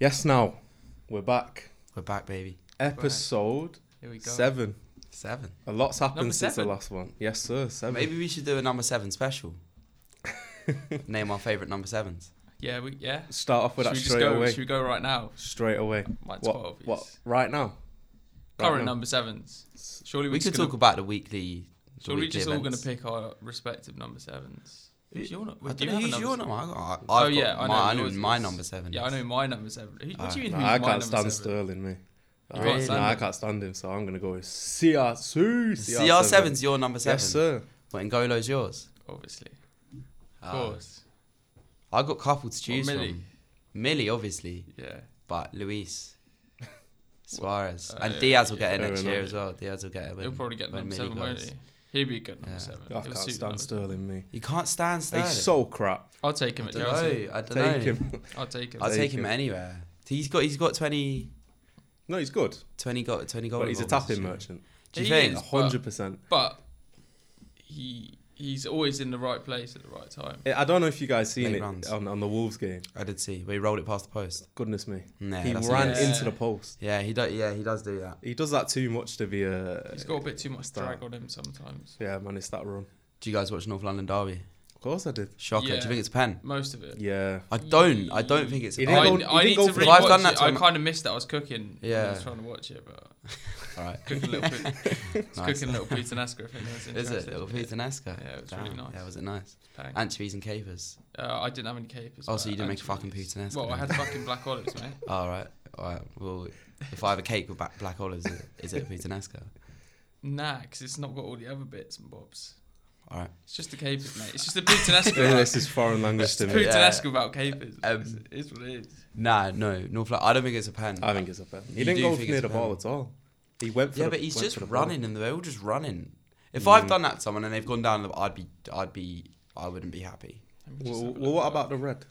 Yes, now we're back. We're back, baby. Episode Here we go. seven. Seven. A lot's happened Number since the seven? last one. Yes, sir. Seven. Maybe we should do a number seven special. Name our favorite number sevens. Yeah, we yeah. Start off with should that we straight go? away. Should we go right now? Straight away. Mine's what? quite obvious. What? Right now. Right Current now. number sevens. Surely We, we, could just talk Gonna, about the weekly. The surely we weekly just all going to events. pick our respective number sevens. Who's your number? I do don't you know have a who's your seven? number. I got, I've Oh, got yeah, I know my, I know yours my is. number seven. Yeah, I know my number seven. Who, what do you mean? Nah, who's I my can't number stand seven? Sterling, me. You I- can't stand nah, I him. can't stand him, so I'm gonna go with CR2. CR7's your number seven. Yes, sir. But N'Golo's yours. Obviously, of Ah. course. I got couple to Or choose Millie. from. Millie, obviously, Yeah. but Luis, Suarez, Uh, and yeah, Diaz will get it fair next enough. year as well. Diaz will get it. When, He'll probably get when number Millie seven, won't goes. he? He'll be good number Yeah. seven. I He'll can't suit stand number- Sterling, me. You can't stand Sterling. He's so crap. I'll take him I at don't Chelsea. know. I don't Take know. him. I'll take him. I'll Take take him, him. anywhere. He's got he's got 20, No, he's good, 20 go, 20 goals. but he's a tap-in merchant. Do you He think? is. but- 100%. But he he's always in the right place at the right time. I I don't know if you guys seen Late it runs. on, on the Wolves game. I did see. We rolled it past the post. Goodness me. Nah, he that's ran not- Yeah. into the post. Yeah, he does. Yeah, he does do that. He does that too much to be a. He's got a bit too much Start. drag on him sometimes. Yeah, man, it's that run. Do you guys watch North London Derby? Of course I did. Shocker. Do Yeah. you think it's a pen? Most of it. Yeah. I don't. I don't think it's a He I, didn't pen. go- I he need didn't go to for really the- I've watch done it. that to I my- kind of missed that. I was cooking. when I Yeah. was trying to watch it, but All right. cooking little, Pete- it's Nice. cooking little Peter Nasker. I think that was Is it interesting. little Peter Nasca? Yeah, it was really nice. Yeah, was it nice? Bang. Anchovies and capers. Uh, I didn't have any capers. Oh, so but you didn't make a actually- fucking Peter Nasca. Well, I then. had fucking black olives, mate. Oh, All right. All right. Well, if I have a cake with ba- black olives, is it- is it a Peter Nasca? Nah, 'cause it's not got all the other bits and bobs. All right. It's just the capers, mate. It's just a Peter Nasker. Yeah, this is foreign language It's to a me. Peter Yeah. Nasker about capers. Um, It's- it is what it is. Nah, no, North. Lon- I don't think it's a pen. I think it's a pen. He You didn't do go think near it's the a ball pen? at all. He went for yeah, the, but he's went just for the ball. running, and they're all just running. If Mm. I've done that to someone and they've gone down, I'd be, I'd be, I wouldn't be happy. Let me just Well, have a well, look what at about the red?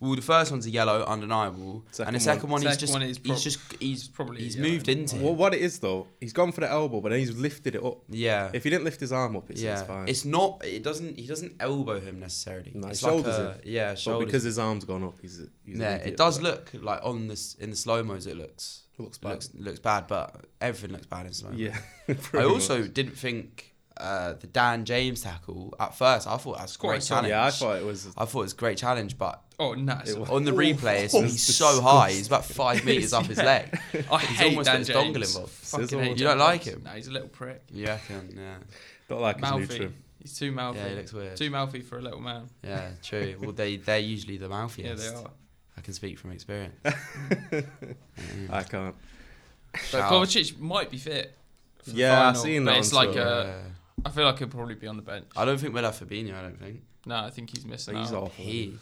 Well, the first one's a yellow, undeniable, Second and the second one, he's Second just, one is he's prob- just, he's It's probably he's yeah, moved like- into. Well, It. what it is though, he's gone for the elbow, but then he's lifted it up. Yeah, If he didn't lift his arm up, it's, yeah. it's fine. It's not. It doesn't. He doesn't elbow him necessarily. No, it's shoulders like a, Yeah, but shoulders. because his arm's gone up, he's, he's an yeah, idiot it does for look like on this in the slow mos. It looks that. looks bad. looks looks bad, but everything looks bad in slow. yeah. I pretty also much. didn't think uh, the Dan James tackle at first. I thought that was a Quite great solid. challenge. Yeah, I thought it was. I thought it was a great challenge, but Oh, nah. It It was- on the Oh, replay, it's, oh, he's it's so high. disgusting. He's about five meters up his leg. I He's hate almost got Dan his James. dongle involved. Fucking Sizzle. hate You Dan don't like James. him? Nah, he's a little prick. Yeah, yeah, Not like his new Mouthy. trim. He's too mouthy. yeah. He looks weird. Too mouthy for a little man. Yeah, true. Well, they they're usually the mouthiest. Yeah, they are. I can speak from experience. I can't. But Shout. Kovacic might be fit. for the Yeah, I've final, seen but that It's on like Twitter. a, Yeah. I feel like he'll probably be on the bench. uh, I don't think we'll have Fabinho. I don't think. No, I think he's missing. He's out. awful. He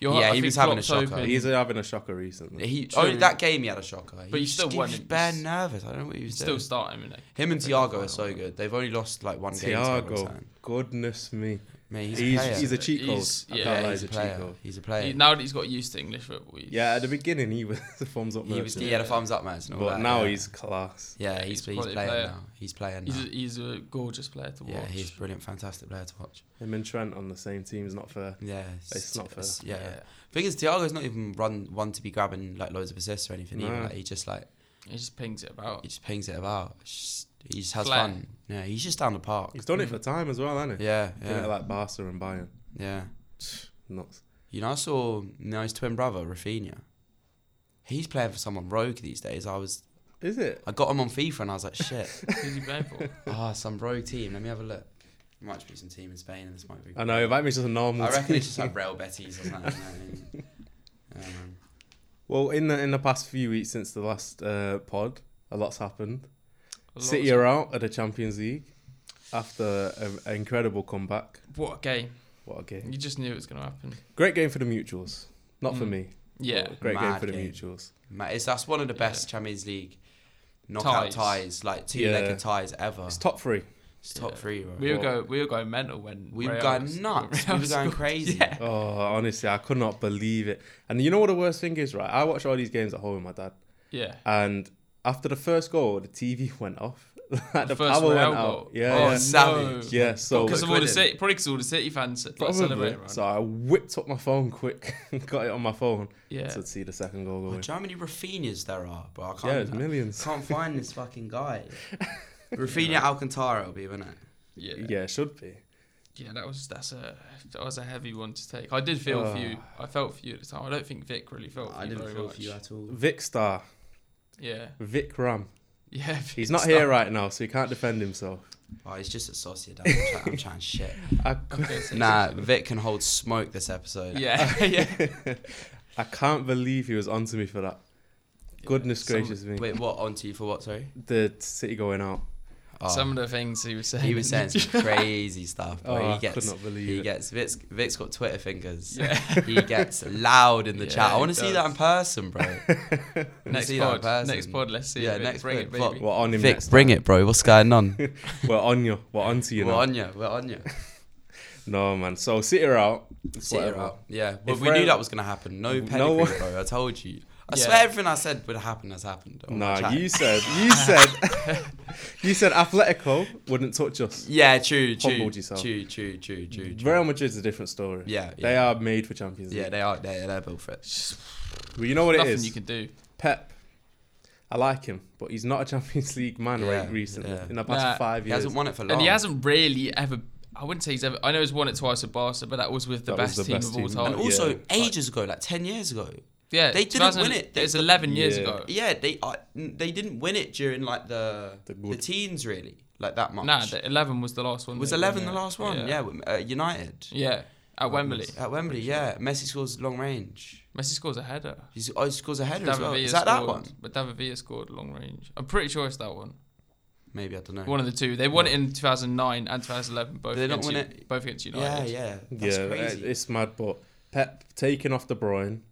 You're- Yeah, I he think was having a Klopp's shocker. hoping- He's having a shocker recently. he. True. Only that game he had a shocker. But He you still just- he won was it. bare nervous. I don't know what he was still doing. starting. Him Him and Thiago are so good. They've only lost like one game. Thiago. Thiago. Goodness me. Mate, he's, He's, a player. he's, a cheat code. He's- I yeah, can't lie, he's a cheat player. code. He's a player. now that he's got used to English football. he's- Yeah, at the beginning he was the thumbs up He was merchant, he had a thumbs up man. but now he's class. yeah, he's he's, he's, quality playing player. now. He's playing now. he's a, he's a gorgeous player to watch. yeah, he's brilliant, fantastic player to watch. Him and Trent on the same team is not fair. Yeah, It's not fair. Yeah. thing is, Thiago's not even run one to be grabbing like loads of assists or anything. No. Either. Like, he just like He just pings it about. he just pings it about. It's just- he just has Flair. fun. Yeah, he's just down the park. He's done it for time as well, hasn't he? Mm. Yeah, Didn't it yeah, like Barca and Bayern. yeah. Nuts. You know, I saw you know, his twin brother Rafinha. He's playing for someone rogue these days. I was Is it? I got him on FIFA and I was like, shit. Who's he playing for? Ah, some rogue team. Let me have a look. There might be some team in Spain, and this might be. I know. It might be just a normal. I reckon team. it's just like Real Betis or something. you know what I mean? Um, Well, in the in the past few weeks since the last uh, pod, a lot's happened. A lot City of- are out of the Champions League after a- an incredible comeback. What a game! What a game! You just knew it was going to happen. Great game for the mutuals. Not for Mm. me. Yeah, Great game Mad for the game. mutuals. ma- it's, that's one of the best Champions League knockout Ties. ties, like two-legged Yeah. ties ever. It's It's, top three. top Yeah. three. Bro. we were go we were going mental when We were Real going was- nuts. Real We were going scored. crazy. Yeah. Oh, honestly, I could not believe it. And you know what the worst thing is, right? I watch all these games at home with my dad, Yeah. and after the first goal, the TV went off, like the, The first power went Real out. goal. Yeah, oh, yeah. Savage. No. yeah. So Because Got of all the twin in. city, probably because all the city fans like, probably. celebrate around. So I whipped up my phone quick, and got it on my phone yeah, to see the second goal go Oh, do in. you know how many Rafinhas there are, bro? I can't, Yeah, it's I millions. can't find this fucking guy. Rafinha Alcantara will be, wouldn't it? yeah, yeah, Yeah, it should be. That was that's a that was a heavy one to take. I did feel for you. I felt for you at the time. I don't think Vic really felt. Oh. I for you didn't very feel much. for you at all. Vic Star, Yeah, Vic Ram. yeah. He's not Vic here Star. right now, so he can't defend himself. Oh, he's just a Sociedad. I'm, try- I'm trying shit. I, Okay, so- Nah, Vic can hold smoke this episode. Yeah, yeah. I can't believe he was onto me for that. Goodness Some- gracious me. Wait, what? On to you for what? Sorry. The city going out. Oh, Some of the things he was saying. he was saying some crazy stuff. Oh, Bro. I he could gets, not believe he it. gets. Vic's, Vic's got Twitter fingers. Yeah. he gets loud in the Yeah, chat. I he want to see does. that in person, bro. I wanna next see that in pod. person. Next pod. Let's see. Yeah, Vic. next Bring pod. it, Fuck. baby. We're on him. Vic, next bring time. it, bro. What's going on? We're on you. We're on to you we're now. on you. We're on you. No, man. So City are out. It's Sit her whatever. out. Yeah, but If we we're- knew that was gonna happen. No No pedigree, one- bro. I told you. I Yeah. swear everything I said would happen has happened. on my Nah, chat. you said you said you said Atletico wouldn't touch us. Yeah, true, true, Humbled yourself. true, true, true, true. true. Real Madrid's a different story. Yeah, They yeah. are made for Champions League. Yeah, they are. They're, they're built for it. Well, you know what Nothing it is. you can do. Pep. I like him, but he's not a Champions League man Yeah, right recently. yeah. In the past Nah, five He years, hasn't won it for long. And he hasn't really ever. I wouldn't say he's ever. I know he's won it twice with Barca, but that was with the That was best the team best of all team. time. And Oh, also, yeah. ages ago, like ten years ago. yeah, they didn't win 2000 it. It's eleven years Yeah. ago. Yeah, they uh, they didn't win it during like the The the, good- teens really, like that much. Nah, the eleven was the last one. it was they won eleven the it. last one. Yeah, with, uh, United yeah. At Wembley, at Wembley. Yeah, Messi scores long range. Messi scores a header. He's, oh, he scores a header as David well. Villa Is that that scored- one? But David Villa scored long range. I'm pretty sure it's that one. Maybe I don't know. One of the two. They won it in 2009 and 2011, both They don't against, win U- both against Yeah, United. yeah. That's yeah, uh, crazy. it's mad. But Pep taking off De Bruyne.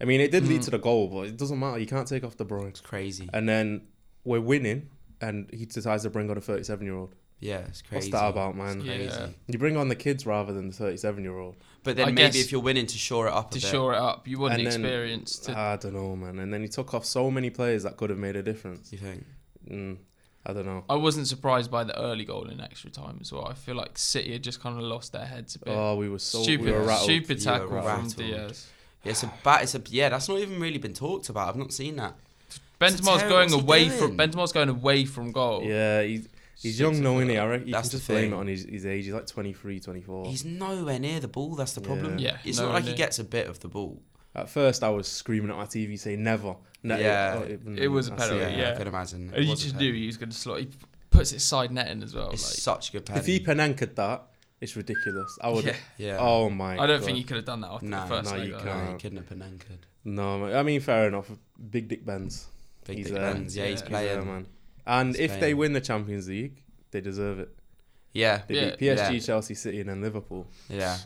I mean, it did Mm. lead to the goal, but it doesn't matter. You can't take off De Bruyne. it's crazy. And then we're winning, and he decides to bring on a 37 year old. Yeah, it's crazy. What's that about, man? It's Yeah. crazy. You bring on the kids rather than the 37 year old. But then I maybe guess- if you're winning to shore it up a To bit. shore it up, you want the And then- uh, experience. To, I don't know, man. And then he took off so many players that could have made a difference. You think? Mm, I don't know. I wasn't surprised by the early goal in extra time as well. I feel like City had just kind of lost their heads a bit. Oh, we were so stupid, we were rattled. stupid You tackle were from rattled. Diaz. Yeah, it's a bad. It's a yeah. That's not even really been talked about. I've not seen that. It's a Benzema's terror- going what's he away doing? from Benzema's going away from goal. Yeah, he, he's Six young of now, isn't them. he? I reckon you That's can the just blame it thing. on his, his age. He's like 23, 24. He's nowhere near the ball. That's the problem. Yeah. Yeah, it's nowhere not like near. he gets a bit of the ball. At first, I was screaming at my TV saying, never. Ne- Yeah. It was a I see penalty, it. yeah. I can imagine. It And you was a just pen. knew he was going to slot. He puts it side netting as well. It's like, such a good If he penalty. penankered that, it's ridiculous. I would. Yeah. Yeah. Oh my! I don't God. think he could have done that after Nah, the first no, leg, you though. can't. No, he Uh, couldn't have been anchored. No, man. I mean, fair enough. Big Dick Benz. Big he's Dick a- Benz. Yeah, he's yeah. He's uh, there, playing. man. And He's if they playing. win the Champions League, they deserve it. Yeah, They Yeah. beat PSG, Yeah. Chelsea, City, and then Liverpool. yeah.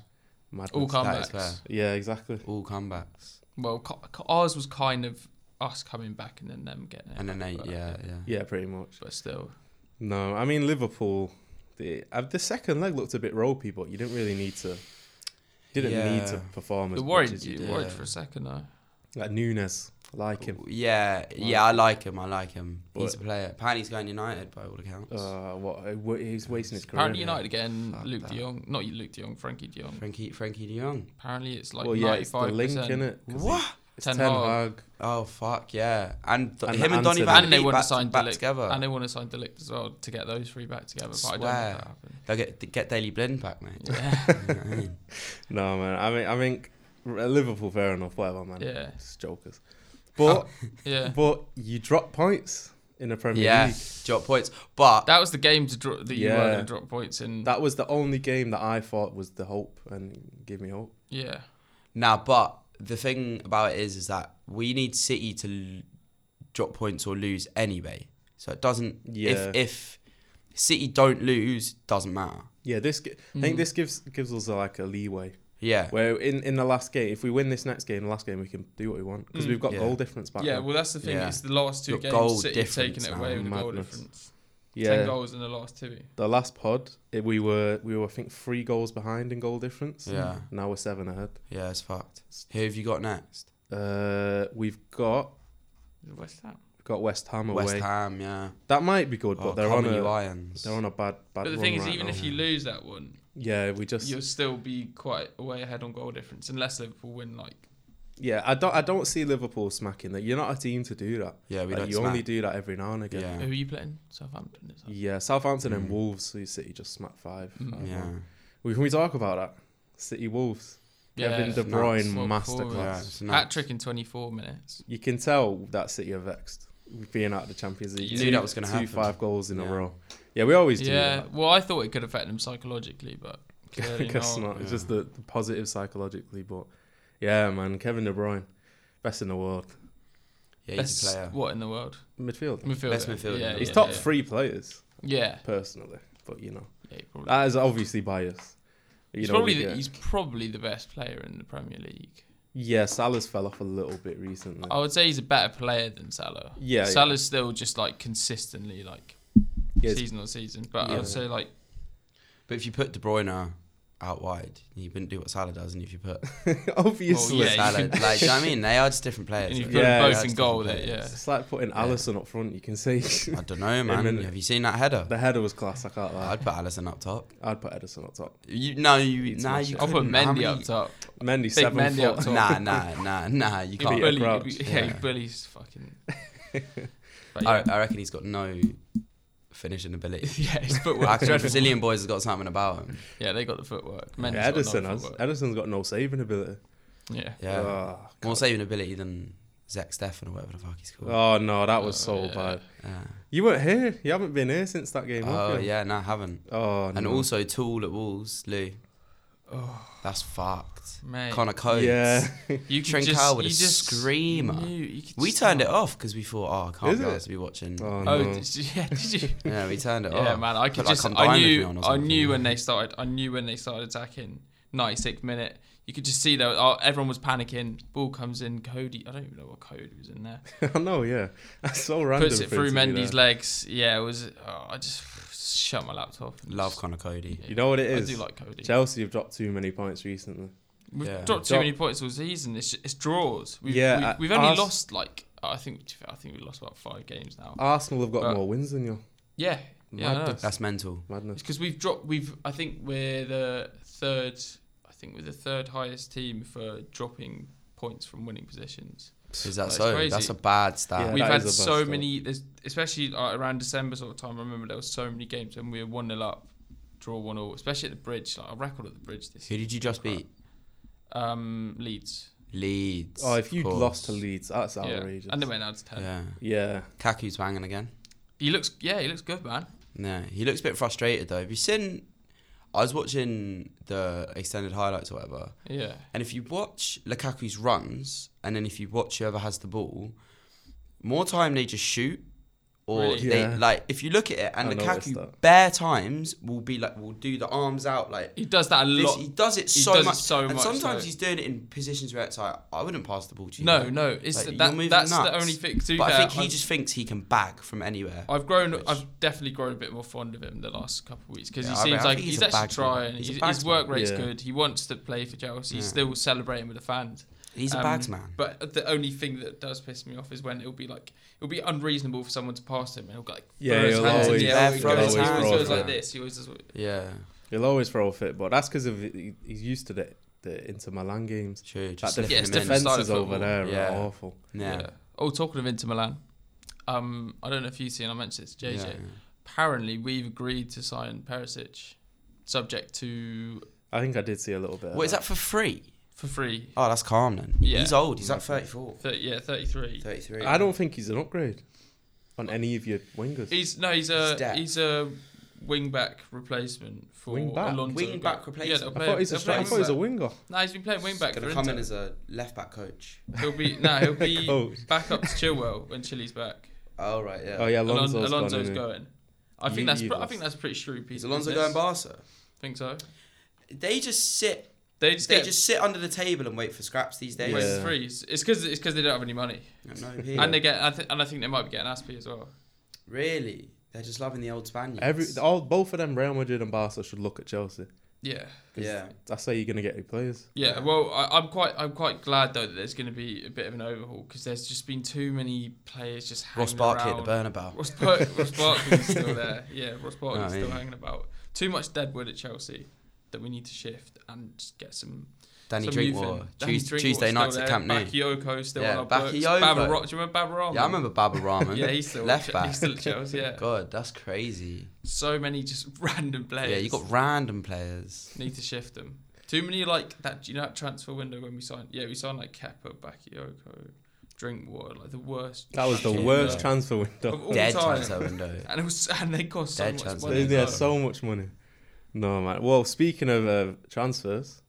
Madness. All That is comebacks. Yeah, exactly. All comebacks. Well, co- co- ours was kind of us coming back and then them getting it. And then eight. But- Yeah, yeah. Yeah, pretty much. But still, No, I mean Liverpool. The uh, the second leg looked a bit ropey, but you didn't really need to. Didn't need to Yeah. perform as it much worried as you you. did. Worried Yeah. for a second though. Like Nunes, I like him. Yeah, yeah, I like him. I like him. He's But- a player. Apparently, he's going United by all accounts. Uh, what uh, wa- he's wasting his career. Apparently, now. United again. Fuck Luke that. De Jong, not you, Luke De Jong, Frankie De Jong. Frankie, Frankie De Jong. Apparently, it's like well, yeah, it's the ninety-five link in percent. it. What? It's Ten, Ten Hag. Hag. Oh fuck yeah! And, th- And him and Donny Anthony. Van And they Beek want back, to sign back Delict. together. And they want to sign Delict as well to get those three back together. But I Swear. don't think that happened. They'll get th- get Daily Blind back, mate. Yeah, You know what I mean? No man, I mean I think r- Liverpool fair enough, whatever man. yeah, It's jokers. But yeah. but you drop points in the Premier yeah, League. drop points. But That was the game to drop that you were Yeah. going to drop points in. That was the only game that I thought was the hope and gave me hope. yeah, now, but the thing about it is, is that we need City to l- drop points or lose anyway. So it doesn't. Yeah. If if City don't lose, doesn't matter. Yeah, this gi- I Mm. think this gives gives us uh, like a leeway. Yeah. Where in, in the last game, if we win this next game, the last game we can do what we want because Mm. we've got Yeah. goal difference back. yeah. now. Well, that's the thing. Yeah. It's the last two Got goal games. City taking difference it now, away with the goal madness. difference. Ten yeah. goals in the last two. The last pod, it, we were we were I think three goals behind in goal difference. Yeah. Now we're seven ahead. Yeah, it's fucked. Who have you got next? Uh, we've got West Ham. got West Ham away. West Ham, yeah. That might be good, but Oh, they're on Common a Lions. they're on a bad bad. But the run thing is, right even now. if you lose that one, yeah, we just you'll still be quite way ahead on goal difference, unless Liverpool win. Like, yeah. I don't I don't see Liverpool smacking that. You're not a team to do that. Yeah, we Like, don't you only smack. do that every now and again. Yeah. Mm. who are you playing? Southampton. Is that? Yeah, Southampton and Wolves. So City just smacked five. Mm. five Yeah. one. We, can we talk about that? City Wolves. Kevin De it's nuts. Bruyne What forward. masterclass. Yeah, it's nuts. Hat trick in 24 minutes. You can tell that City are vexed being out of the Champions League. You knew Two- that was gonna two happen. five goals in Yeah. a row. Yeah, we always do. Yeah. that. Well, I thought it could affect them psychologically, but I clearly guess not. not. It's Yeah. just the, the positive psychologically, but yeah, man, Kevin De Bruyne, best in the world, Yeah, he's a Best player. what in the world? midfielder. Midfielder. Best midfielder. Yeah, He's yeah, top yeah. three players Yeah. personally, but you know yeah probably. that is obviously biased. You he's know, we probably the, get- he's probably the best player in the Premier League. yeah, Salah's fell off a little bit recently. I would say he's a better player than Salah. Yeah, yeah. Salah's still just like consistently like Yeah, it's- season on season, but I Yeah. would say like But if you put De Bruyne out wide, you wouldn't do what Salah does. And if you put obviously, Well, yeah, you Salah, can- like, do you know what I mean? They are just different players. and you though. put Yeah, them that's both in goal there. different Yeah, players. it's like putting Allison up front. You can see I don't know, man. minute. Have you seen that header? the header was class. I can't lie. I'd put Allison up top. I'd put Edison up top. You no, you It's nah, much you. different. I'll put couldn't. How Mendy many- up top. Mendy Big seven Mendy up foot. top. Nah, nah, nah, nah. You He'd be a can't. bully. bullied. He'd be- crowd. Yeah, Yeah. he bullies fucking. But I, yeah, I reckon he's got no finishing ability. yeah, his I footwork. think Brazilian boys has got something about him. Yeah, they got the footwork. Mendy's Yeah, Edison got no has. footwork. Edison's got no saving ability. Yeah. Yeah, Oh, more saving ability than Zach Steffen or whatever the fuck he's called. oh, no, that was so Oh, yeah. bad. Yeah. You weren't here. You haven't been here since that game. Oh have you? yeah, no, I haven't. Oh, And no. also Tool at Wolves, Lou. Oh, That's fucked. mate. Connor Coates. yeah, You could Trincao just, with you a just screamer. knew- you could We just turned it tell. off because we thought, oh, I can't Is be it? asked to be watching. oh, Oh, no. did you, yeah, did you? Yeah, we turned it off. Yeah, man, I could But, like, just. come I dine with knew. me on or I something. knew when they started. I knew when they started attacking. Ninety sixth minute, you could just see that oh, everyone was panicking. Ball comes in. Cody. I don't even know what Cody was in there. I know. Yeah, that's so random. Puts it for through him to be Mendy's there. legs. Yeah, it was. Oh, I just shut my laptop. and Love just- Connor Cody. You know what it I is? do like Cody. Chelsea have dropped too many points recently. We've Yeah. dropped too Drop- many points all season. It's, it's draws. We've, Yeah, we've, I- we've only Ars- lost like I think to be fair, I think we lost about five games now. Arsenal have got But- more wins than you. yeah, yeah, I know. That's mental. Madness. It's because we've dropped. We've. I think we're the third. I think we're the third highest team for dropping points from winning positions. Is that That's so? crazy. That's a bad stat. Yeah, we've that had is a bad so stat. many. There's especially like, around December sort of time. I remember there was so many games and we were one 0 up, draw one all. Especially at the bridge, like a record at the bridge this Who year. did you just beat? Um, Leeds. Leeds. Oh, if you of course. lost to Leeds, that's Yeah, outrageous. and they went out to ten. Yeah. yeah, Kaku's banging again. He looks. Yeah, he looks good, man. No, he looks a bit frustrated though. Have you seen? I was watching the extended highlights or whatever, Yeah. and if you watch Lukaku's runs, and then if you watch whoever has the ball, more time they just shoot, or Really? they Yeah. like if you look at it, and I noticed Lukaku that. bare times will be like will do the arms out like. He does that a This, lot. he does it he so does it much, so and much, sometimes though. he's doing it in positions where it's like I wouldn't pass the ball to you. no, mate." no. It's Like, you're that. moving That's the nuts. only thing. To be But I fair, think he I've- just thinks he can bag from anywhere. I've grown. Which- I've definitely grown a bit more fond of him the last couple of weeks because Yeah, he I mean, seems I like think he's he's, a actually bagsman. trying. He's a He's his bagsman. work rate's Yeah. good. He wants to play for Chelsea. He's Yeah. still celebrating with the fans. He's a Um, bags man. But the only thing that does piss me off is when it'll be like it'll be unreasonable for someone to pass him and he'll go like Yeah, throw his he'll hands in the always- air. Yeah, He throw goes- his he always hands. goes like this. He always does. yeah, he'll always throw a fit, but that's because of he- he's used to the the Inter Milan games. true. That Just the lifting Yeah, it's him in. different style defenses of over football. there Yeah. are awful. Yeah. Oh, talking of Inter Milan, um, I don't know if you've seen. I mentioned it to JJ. Yeah. Apparently, we've agreed to sign Perisic, subject to I think I did see a little bit. of What is that for free? for free. Oh, that's calm then. Yeah. He's old. He's like 34. 30, yeah, thirty-three. 33. I don't think he's an upgrade on any of your wingers. He's no, he's He's a dead. he's a wing back replacement for Wing back? Alonso. Wing back replacement. they'll I play- thought he's a they'll stri- play I him thought he's a back. winger. No, he's been playing wing back for Gonna come in Inter. as a left back coach. He'll be no, he'll be Coach. back up to Chilwell when Chile's back. Oh right, yeah. Oh yeah, Alonso's, Alonso gone, Alonso's isn't he? going. I think You- that's you've pr- I lost. think that's a pretty shrewd piece. Is of Alonso business. going Barca? Think so. They just sit. They just they get just sit under the table and wait for scraps these days. Yeah. wait for threes. It's because it's because they don't have any money, No, here. and they get I th- and I think they might be getting Aspie as well. really, they're just loving the old Spaniards. Every all both of them, Real Madrid and Barca, should look at Chelsea Yeah. 'Cause Yeah. That's how you're going to get your players. Yeah, well, I, I'm quite, I'm quite glad though that there's going to be a bit of an overhaul because there's just been too many players just hanging Ross Barkley around. at the Bernabeu. Ross, Bar- Ross Barkley's still there. Yeah, Ross Barkley's Oh, still yeah. hanging about. Too much dead wood at Chelsea that we need to shift and just get some. Danny some Drinkwater. youth in. Danny Tues- Drinkwater's Tuesday still nights at there. Camp Nou. Bakayoko still Yeah, on our books. Bakayoko. Babarama- do you remember Babarama? Yeah, I remember Baba Rahman. Oh, Yeah, he's still left back. He's still at Chelsea. Yeah. God, that's crazy. So many just random players. Yeah, you got random players. need to shift them. Too many like that. Do you know that transfer window when we signed? Yeah, we signed like Kepa, Bakayoko, Drinkwater, like the worst. That was the shit worst window transfer of window. all Dead time. transfer window. And it was, and they cost so Dead much transfer They, money. they window. had though. so much money. No, man. Well, speaking of uh, transfers,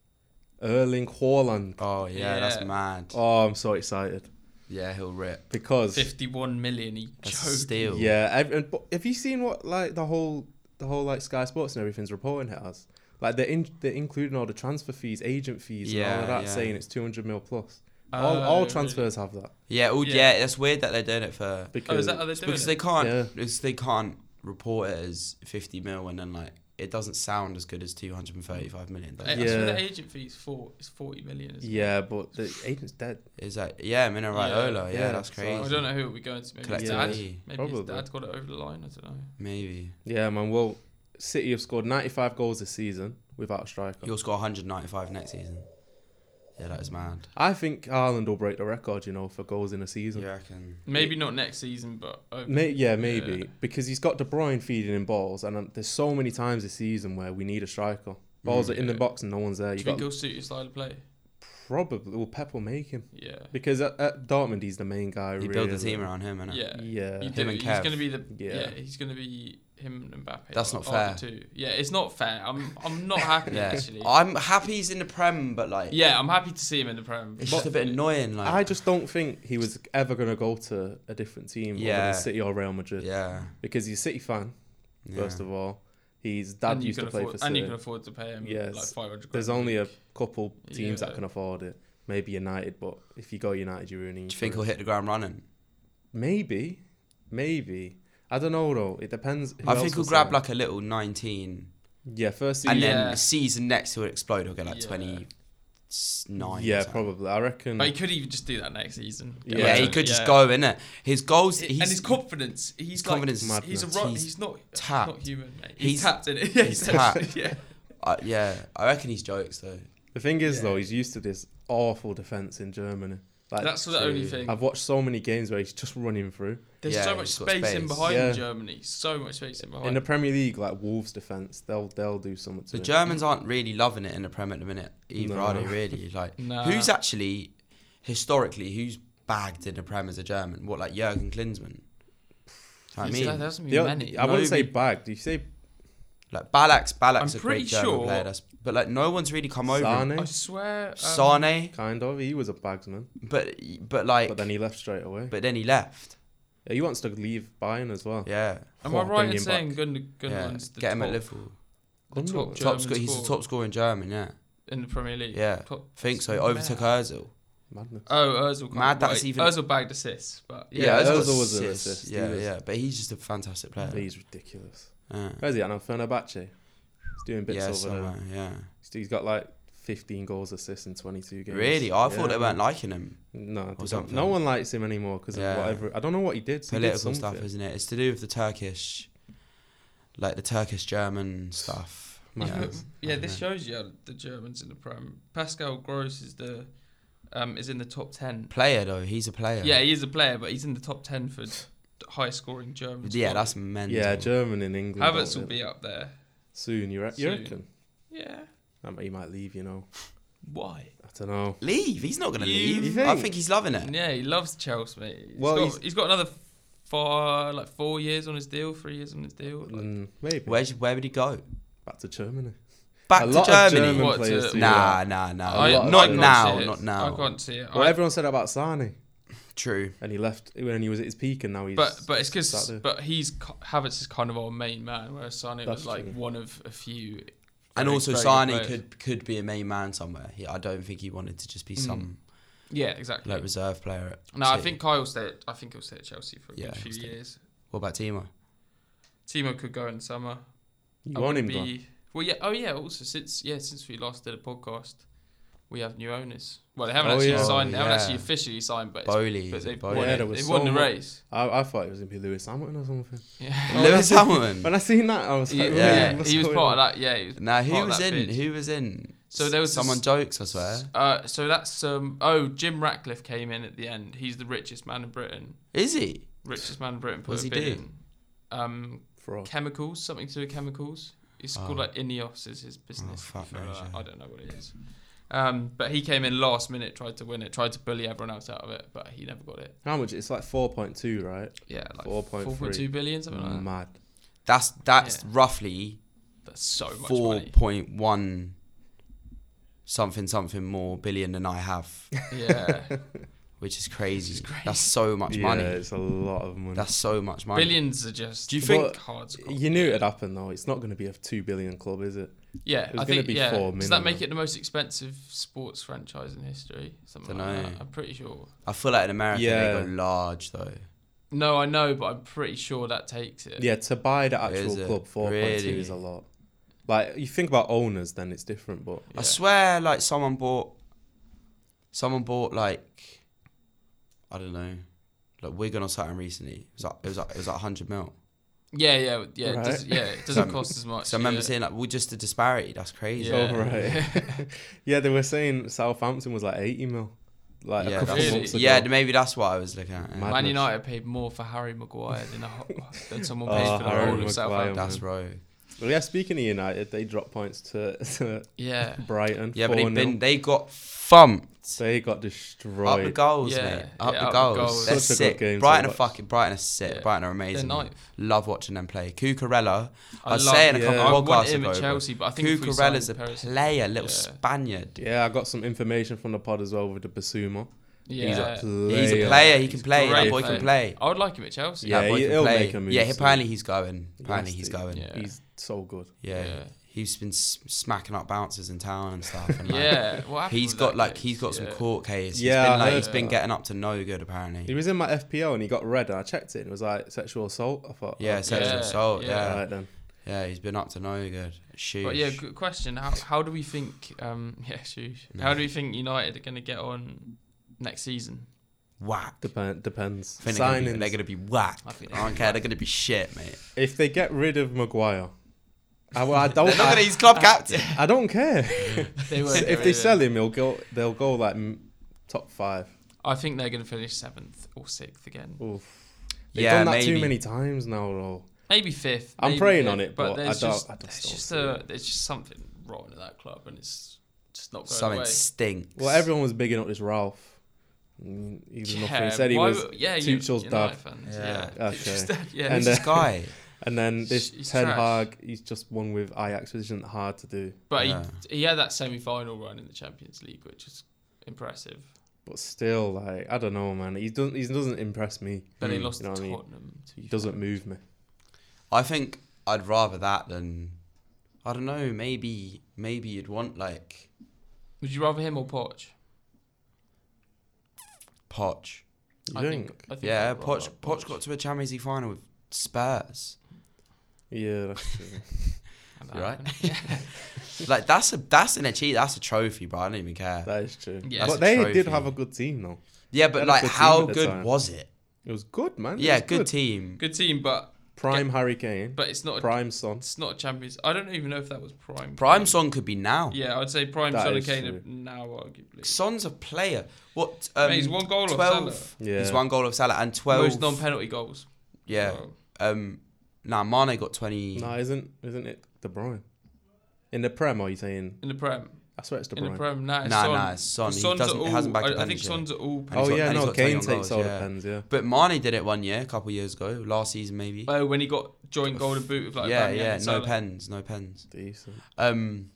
Erling Haaland. Oh yeah, that's Yeah. mad. Oh, I'm so excited Yeah, he'll rip. because 51 million he That's a choked. steal. yeah. I've, and, but have you seen what like the whole the whole like Sky Sports and everything's reporting it as? Like they're in, they're including all the transfer fees, agent fees, and all Yeah, of that, yeah. saying it's 200 mil plus. Oh, all all really? transfers have that Yeah, oh Yeah. yeah. that's weird that they're doing it for because Oh, is that how they're doing because it? they can't Yeah. because they can't report it as 50 mil and then like it doesn't sound as good as 235 million. does I- I it? Yeah. swear the agent fee is four, it's 40 million. Isn't yeah, but the agent's dead. Is that yeah, Mino Raiola? Yeah, Yeah, that's so- crazy. it? I don't know who we going to. Maybe his Yeah. dad. Collectively. Maybe Probably. his dad got it over the line. I don't know. Maybe Yeah, man. Well, City have scored 95 goals this season without a striker. you'll score 195 next season. Yeah, that is mad. I think Ireland will break the record, you know, for goals in a season. You reckon? Maybe not next season, but over. May- yeah, maybe Yeah. because he's got De Bruyne feeding in balls, and um, there's so many times this season where we need a striker. Balls are in the Yeah. box and no one's there. do You you think got he'll suit your style of play? probably well Pep will make him Yeah. because at, at Dortmund he's the main guy. You really. build the team around him, innit? Yeah. Yeah, You Him do. and he's Kev. going to be the Yeah. yeah. He's going to be him and Mbappe. That's are- not are the fair. Two. Yeah, it's not fair. I'm I'm not happy Yeah. actually. I'm happy he's in the Prem, but like, yeah, I'm happy to see him in the prem. it's just a bit annoying. Like, I just don't think he was ever gonna go to a different team other Yeah. than City or Real Madrid yeah. because he's a City fan yeah. first of all. His dad And you used to can play afford, for and you City. can afford to pay him Yes. like 500. There's quid only a mm. week. couple teams Yeah. that can afford it. Maybe United, but if you go United, you're ruining. Do you your think career. he'll hit the ground running? Maybe, maybe. I don't know though. It depends. who I else think he'll was grab there. like a little 19, yeah, first and season. then Yeah. the season next he'll explode. He'll get like Yeah. 29. or yeah, something. probably. I reckon. But he could even just do that next season. Yeah. Yeah, Yeah. he could just go in it. His goals, It- he's, and his confidence, he's his like, confidence is mad. he's a madness. rock. He's He's, not tapped. He's not human, mate. He's, He's- tapped in it. Yeah, he's tapped. Yeah, uh, yeah, I reckon he's jokes though. the thing is yeah. though, he's used to this awful defense in Germany. Like that's the only true. thing. I've watched so many games where he's just running through. There's Yeah, so much he's got space, in space. behind Yeah. Germany. So much space in behind. In the Premier League, like Wolves defense, they'll they'll do something to Oh, The it. Germans aren't really loving it in the Prem at the minute either, No. are they? Really, like Nah. who's actually historically who's bagged in the Prem as a German? What like Jurgen Klinsmann? Do you know what I He's- mean, there hasn't The been o- many. I wouldn't say Nobody- bagged. You say like Balak's Balak's I'm a great pretty German sure- player, that's, but like no one's really come over. him. Sane, I swear. Um, Sane, kind of. He was a bagsman, but but like but then he left straight away. he left. Yeah, he wants to leave Bayern as well. Yeah, Am Oh, I right bring in him back. saying Gun yeah. Gundogan's the Get him top, at Liverpool. the Gundogan. top German Top scorer. He's the scorer top scorer in German. Yeah, in the Premier League? yeah. Top- Think so. Mad. Overtook Özil. Madness. Oh, Özil. can't- Mad that wait, it's even- Özil bagged assists, but Yeah, Ozil got Ozil was an assists. assist, he Yeah, was- yeah, but he's just a fantastic player. He's ridiculous. Yeah, Where's he at now? Fenerbahce. He's doing bits yeah over there. somewhere. Yeah, He's got like 15 goals, assists in 22 games. really. I thought they weren't liking him. No, they don't- something. no one likes him anymore because Yeah. of whatever. I don't know what he did. So he did Political stuff, something. isn't it? It's to do with the Turkish, like the Turkish German stuff. yeah, Madness. yeah, this shows you how the Germans in the Prem. Pascal Gross is the um is in the top ten. Player though, he's a player. Yeah, he is a player, but he's in the top ten for high scoring German. yeah, squad. that's mental. Yeah, German and England. Havertz don't will they? be up there. soon. You, re- you Soon. reckon? Yeah. I mean, he might leave. You know, Why? I don't know. leave. He's not gonna You leave. think? I think he's loving it. Yeah, he loves Chelsea. Mate. He's Well, got, he's- he's got another four, like four years on his deal, three years on his deal. Like, Mm, maybe Where where would he go? back to Germany. Back a to lot Germany. of German What, players. to- do that. Nah, nah, nah. I- not, I not can't now. see it. Not now. I can't see it. Well, I- everyone said about Sane, True. and he left when he was at his peak, and now he's. but but it's because Saturday. but he's ki- Havertz is kind of our main man, whereas Sane That's was like true. one of a few. And very, also, very good Sane players. could could be a main man somewhere. He, I don't think he wanted to just be Mm. some Yeah, exactly. like reserve player. At no, I City. think Kyle stay. At, I think he'll stay at Chelsea for a Yeah, good few he'll stay. years. What about Timo? Timo could go in the summer. you I want him wouldn't gone? be Well, yeah. Oh, yeah. Also, since yeah, since we last did a podcast, we have new owners. Well, they haven't Oh, actually yeah. signed. They haven't Yeah. actually officially signed, but, it's- Bowley, but is it they've Bowley? won, Yeah, it. there was They've won the someone- race. I, I thought it was gonna be Lewis Hamilton or something. Yeah. Lewis When Hamilton. I seen that, I was He, like, Yeah. yeah, he was part of that. Yeah. He was Now who part of was that in? bid. Who was in? So there was someone this- jokes. I swear. Uh, so that's um. Oh, Jim Ratcliffe came in at the end. He's the richest man in Britain. Is he? Richest man in Britain. Put What's a he bid doing? in. Um, fraud. chemicals, something to do with chemicals. It's called Oh. like Ineos is his business. Oh, fuck something like knows, that. yeah. I don't know what it is. Um, but he came in last minute, tried to win it, tried to bully everyone else out of it, but he never got it. How much? It's like four point two, right? Yeah, like 4.3. 4.2 billion, something like that. Mad. That's that's Yeah. roughly That's so much four money. point one something something more billion than I have, Yeah. which is crazy. crazy. That's so much yeah, money. it's a lot of money. That's so much money. Billions are just Do you think- hard to you knew it'd happen though. It's not going to be a two billion club, is it? Yeah, It was I gonna think be yeah. four Does that make minimum. it the most expensive sports franchise in history? Something Dunno. like that. I'm pretty sure. I feel like in America Yeah. they go large though. No, I know, but I'm pretty sure that takes it. Yeah, to buy the actual Is it? club, four point two Really? is a lot. Like you think about owners, then it's different. But I Yeah. swear, like someone bought, someone bought like, I don't know, like Wigan or something recently. It was like it was like, it was like hundred mil. yeah, yeah, yeah. It Right. does, yeah, it doesn't So- cost as much. So I remember yeah. seeing like, well, just the disparity. That's crazy. Yeah. all right. yeah, they were saying Southampton was like eighty mil, like a yeah, couple that's- Really? months ago. yeah, maybe that's what I was looking at. yeah. Mad. Man Madness. United paid more for Harry Maguire than, a, ho- than someone Oh, paid for the Harry whole of Maguire. Southampton. That's right. Well, yeah. Speaking of United, they dropped points to, to Yeah. Brighton. Yeah, but they've 4-0. been they got thumped They got up the destroyed. goals, Yeah, mate. Up yeah, the up the goals. goals. They're Such a good sick. game to Brighton are watch. fucking Brighton are sick. Yeah. Brighton are They're amazing. ninth. Love watching them play. Cucurella, I, was love- saying a yeah. couple I of want want podcasts him at ago. Chelsea, but I think if we Cucurella's a signed Perisic- player, little Yeah. Spaniard. yeah, I got some information from the pod as well with the Basuma. Yeah. He's a player. He's a player. He He's can play. That great boy player. can play. I would like him at Chelsea. Yeah, that boy he- can he'll play. make a move yeah, he- soon. apparently he's going. Apparently has he's to. going. Yeah. Yeah. He's so good. Yeah. he's been s- smacking up bounces in town and stuff. And like, Yeah. What happened he's with got that like case? he's got some Yeah. court case. Yeah, I he's been, like, heard he's been that. getting up to no good apparently. He was in my FPL and he got red, and I checked it. and It was like sexual assault. I thought, Yeah, oh, sexual Yeah, assault. yeah. Yeah. Alright then. yeah, he's been up to no good. Shoot. But yeah, good question. How, how do we think? Um, yeah, sheesh. How do we think United are going to get on next season? whack. Depend depends. I think they're gonna, be, Signings. they're gonna be whack. I I, think don't care. They're gonna be shit, mate. If they get rid of Maguire, I, well, I don't. They're not gonna. I, He's club captain. I don't care. They won't get if rid they of sell him, he'll go. They'll go like m- top five. I think they're going to finish seventh or sixth again. Oof. They've yeah, done that maybe. too many times now, though. Maybe fifth. I'm maybe praying fifth, on it, but I there's don't- just, I just there's don't just see a, it. there's just something wrong at that club, and it's just not going Something away. stinks. Well, everyone was bigging up this Ralph. Mm, He was nothing. He said he why was, would- yeah, Tuchel's United dad. Fans, Yeah. yeah. Okay. Just- yeah. And, Who's uh, this guy? and then this He's Ten trash. Hag. He's just one with Ajax, which isn't hard to do. but yeah. he, he had that semi-final run in the Champions League, which is impressive. But still, like I don't know, man. He doesn't. He doesn't impress me. But he Hmm. lost You know to what I mean? Tottenham. to He be doesn't fair. move me. I think I'd rather that than I don't know. Maybe maybe you'd want like Would you rather him or Poch? Poch. You I think? think. I think Yeah, I'd Poch. rather Poch got to a Champions League final with Spurs. Yeah, that's true. And You that right? happened. Like that's a that's an achievement. That's a trophy, bro. I don't even care. that is true. Yeah. That's but a they trophy. did have a good team though. Yeah, but Had a like, good team how at the good time. was it? It was good, man. It yeah, was good, team. Good team, but Prime Harry Kane, but it's not. A, prime Son. it's not a Champions. I don't even know if that was prime. Prime Kane. Son could be now. Yeah, I'd say prime That Son and is Kane true. are now arguably. Son's a player. What? Um, Mate, he's one goal off Salah. Yeah. He's one goal of Salah and twelve. Most non-penalty goals. yeah. Well, Um. Nah, Mane got twenty. No, isn't isn't it De Bruyne? In the Prem, are you saying? in the Prem. I swear it's De In the Bruyne. Prem. Nah, it's Nah, Son. nah, it's Son. The He Sons doesn't- are he all, hasn't backed I, the I think penalty. Sons are all. And he's oh got- yeah, and he's no, got Kane 21 takes goals, all yeah. the pens. Yeah. But Mane did it one year, a couple years ago, last season maybe. Oh, when he got joint golden boot with like yeah, Aubameyang yeah. and No Salah. pens, no pens. Decent. Um,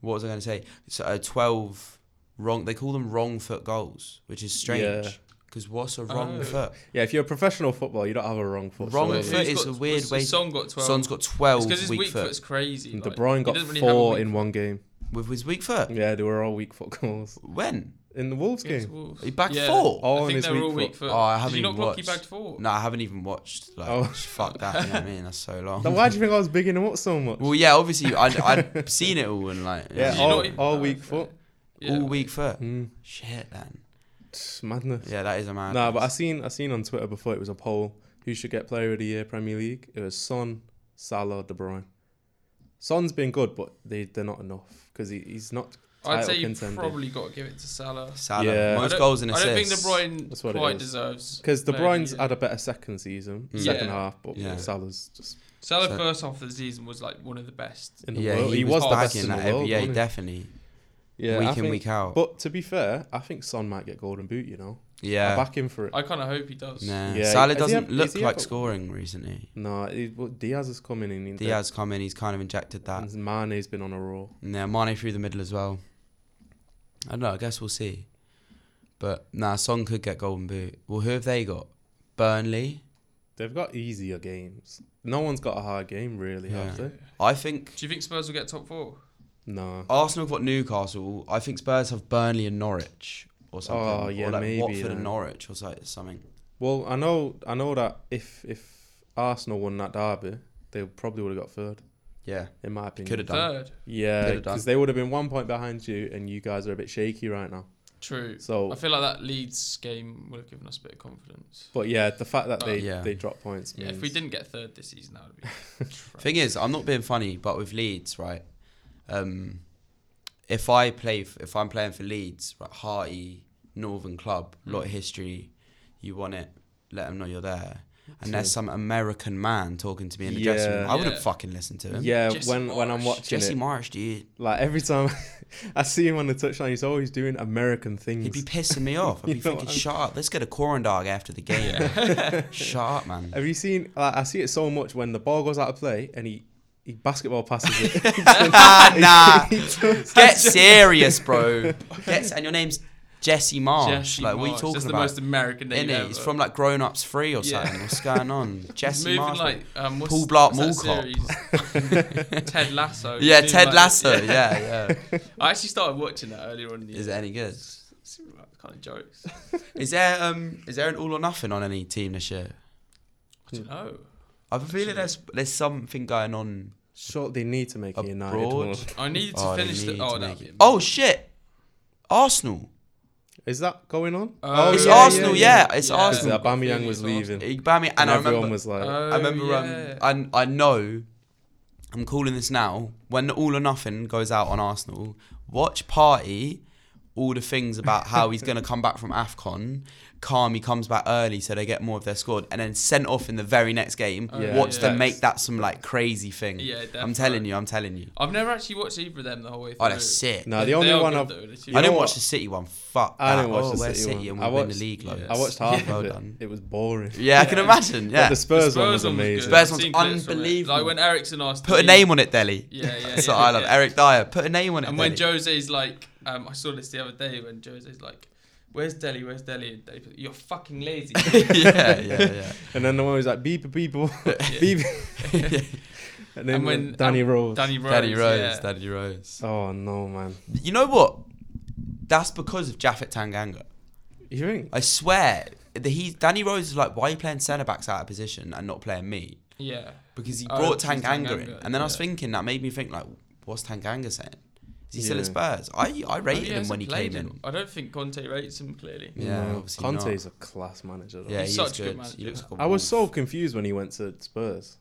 what was I going to say? So uh, twelve wrong. They call them wrong foot goals, which is Yeah. strange. Because what's a wrong Oh. foot? Yeah, if you're a professional footballer, you don't have a wrong foot. Wrong surely. Who's foot is got- a weird was- way- Son got twelve. Son's got twelve because his weak, weak foot. foot's crazy. And like, De Bruyne he got doesn't really have a four weak in one game. with his weak foot. Yeah, they were all weak foot goals. When? in the Wolves Against game. Wolves. He bagged Yeah. four? I Oh, and think it's they were all weak weak foot. foot. Oh, I Did haven't you not even block watched. you bagged four? No, I haven't even watched. Like, Oh. fuck that. You know what I mean, that's so long. Then why do you think I was bigging him up so much? well, yeah, obviously, I'd, I'd seen it all and like Yeah, Did you all, not even- all Oh, weak fair. foot. Yeah. all week foot. Mm, Shit, then. tch, madness. Yeah, that is a man. Nah, but I seen I seen on Twitter before it was a poll who should get Player of the Year Premier League. It was Son, Salah, De Bruyne. Son's been good, but they they're not enough because he, he's not. I'd title say you contender. probably got to give it to Salah. Salah, Yeah. I most don't- goals and assists. I don't think De That's Bruyne what it quite is. deserves. Because De Player of Bruyne's Year. had a better second season, Mm. second Yeah. half, but Yeah. Salah's just Salah So- first half of the season was like one of the best. in the yeah, world. he, was, was, the best in bagging the that world. every. Yeah, wasn't he? definitely. yeah. week I in, think- week out. But to be fair, I think Son might get Golden Boot. You know, I yeah. back him for it. I kind of hope he does. Nah. Yeah, Salah has he doesn't had- has look he like had- scoring recently. No, it, well, Diaz is coming in. and Diaz come in, he's kind of injected that. And Mane's been on a roll. Yeah, Mane through the middle as well. I don't know. I guess we'll see. But nah, Son could get golden boot. Well, who have they got? Burnley. They've got easier games. No one's got a hard game really, have Yeah. they? I think Do you think Spurs will get top four? No. Arsenal have got Newcastle. I think Spurs have Burnley and Norwich or something. Oh, yeah, or like maybe Watford and then. Norwich or so- something. Well, I know, I know that if if Arsenal won that derby, they probably would have got third, Yeah, in my opinion. could have done. Third. Yeah, Could've done. because they would have been one point behind you, and you guys are a bit shaky right now. True. I So, feel like that Leeds game would have given us a bit of confidence. but yeah, the fact that Oh, they yeah. they drop points. Yeah, Means if we didn't get third this season, that would be. Thing is, I'm not being funny, but with Leeds, right? Um, if I play, f- if I'm playing for Leeds, right, Hearty, Northern Club, lot of history, you want it, let them know you're there. And there's some American man talking to me in the dressing room. Yeah. I wouldn't Yeah. fucking listen to him. Yeah, Jesse when when I'm Marsh. watching Jesse it, Marsh, dude, like every time I see him on the touchline, he's always doing American things. he'd be pissing me off. I'd be You know thinking, what? shut up, let's get a corn dog after the game. shut up, man. Have you seen? Like, I see it so much when the ball goes out of play and he he basketball passes it. Ah, nah, He does. get serious, bro. Get, and your name's Jesse Marsh. Jesse like, what are you Marsh. talking That's about? the most American name in it. ever. He's from like Grown Ups Three or Yeah. something. What's going on? He's Jesse moving Marsh. like um, what's, Paul Blart what's Mall that series? Ted Lasso. yeah, He's Ted doing, like- Lasso. Yeah, yeah. I actually started watching that earlier on in the year. Is it any good? kind of jokes? Is there um is there an all or nothing on any team this year? I don't know. I've a feeling there's there's something going on. Sure, they need to make a United one. Abroad? I needed to Oh, they finish the. need Oh, to that'd make be it- amazing. oh shit! Arsenal. Is that going on? Oh, it's yeah, Arsenal. Yeah, it's yeah. Because Arsenal. Yeah. Aubameyang was It's Arsenal. leaving, and, Aubameyang- and I everyone remember. was like, Oh, I remember. yeah. Um, I I know. I'm calling this now. When the all or nothing goes out on Arsenal, watch party. All the things about how he's going to come back from Afcon. Calm, he comes back early, so they get more of their squad, and then sent off in the very next game. Oh, Yeah. Watch yeah. them make that some like crazy thing. Yeah, I'm definitely. telling you, I'm telling you. I've never actually watched either of them the whole way through. Oh, that's sick. no, They- the they only are one good I've though, literally. You I didn't know watch what? the City one. Fuck. I didn't that. watch Oh, the we're City one. and I we've been in the watched- league. loads. yeah. I watched half Well of it. done. It was boring. Yeah, I can Yeah. imagine. But Yeah, the Spurs, one was one amazing. good. Spurs I've seen one's clips from it. unbelievable. Like when Ericson asked. put a Dean- name on it, Delhi. Yeah, yeah. That's yeah, what I love. yeah. Eric Dyer. Put a name on it. And when Delhi. Jose's like, um, I saw this the other day when Jose's like, "Where's Delhi? Where's Delhi?" And Delhi put, You're fucking lazy. yeah, yeah, And then the one was like, beep, beep, Yeah. beep. yeah. And then And when- Danny Rose. um, Danny Rose. Daddy Rose, yeah. Daddy Rose. Oh, no, man. You know what? That's because of Jaffet Tanganga. You think? I swear, that he Danny Rose is like, why are you playing centre backs out of position and not playing me? Yeah. Because he Oh, brought because Tanganga, in, Tanganga, and then I was yeah. thinking that made me think like, what's Tanganga saying? Is he still at Yeah. Spurs? I I rated Oh, yeah, him when hasn't he played came in. I don't think Conte rates him clearly. Yeah, No, obviously Conte's a class manager. Though. Yeah, He's he's such a good good. manager. he looks like a I was wolf. so confused when he went to Spurs.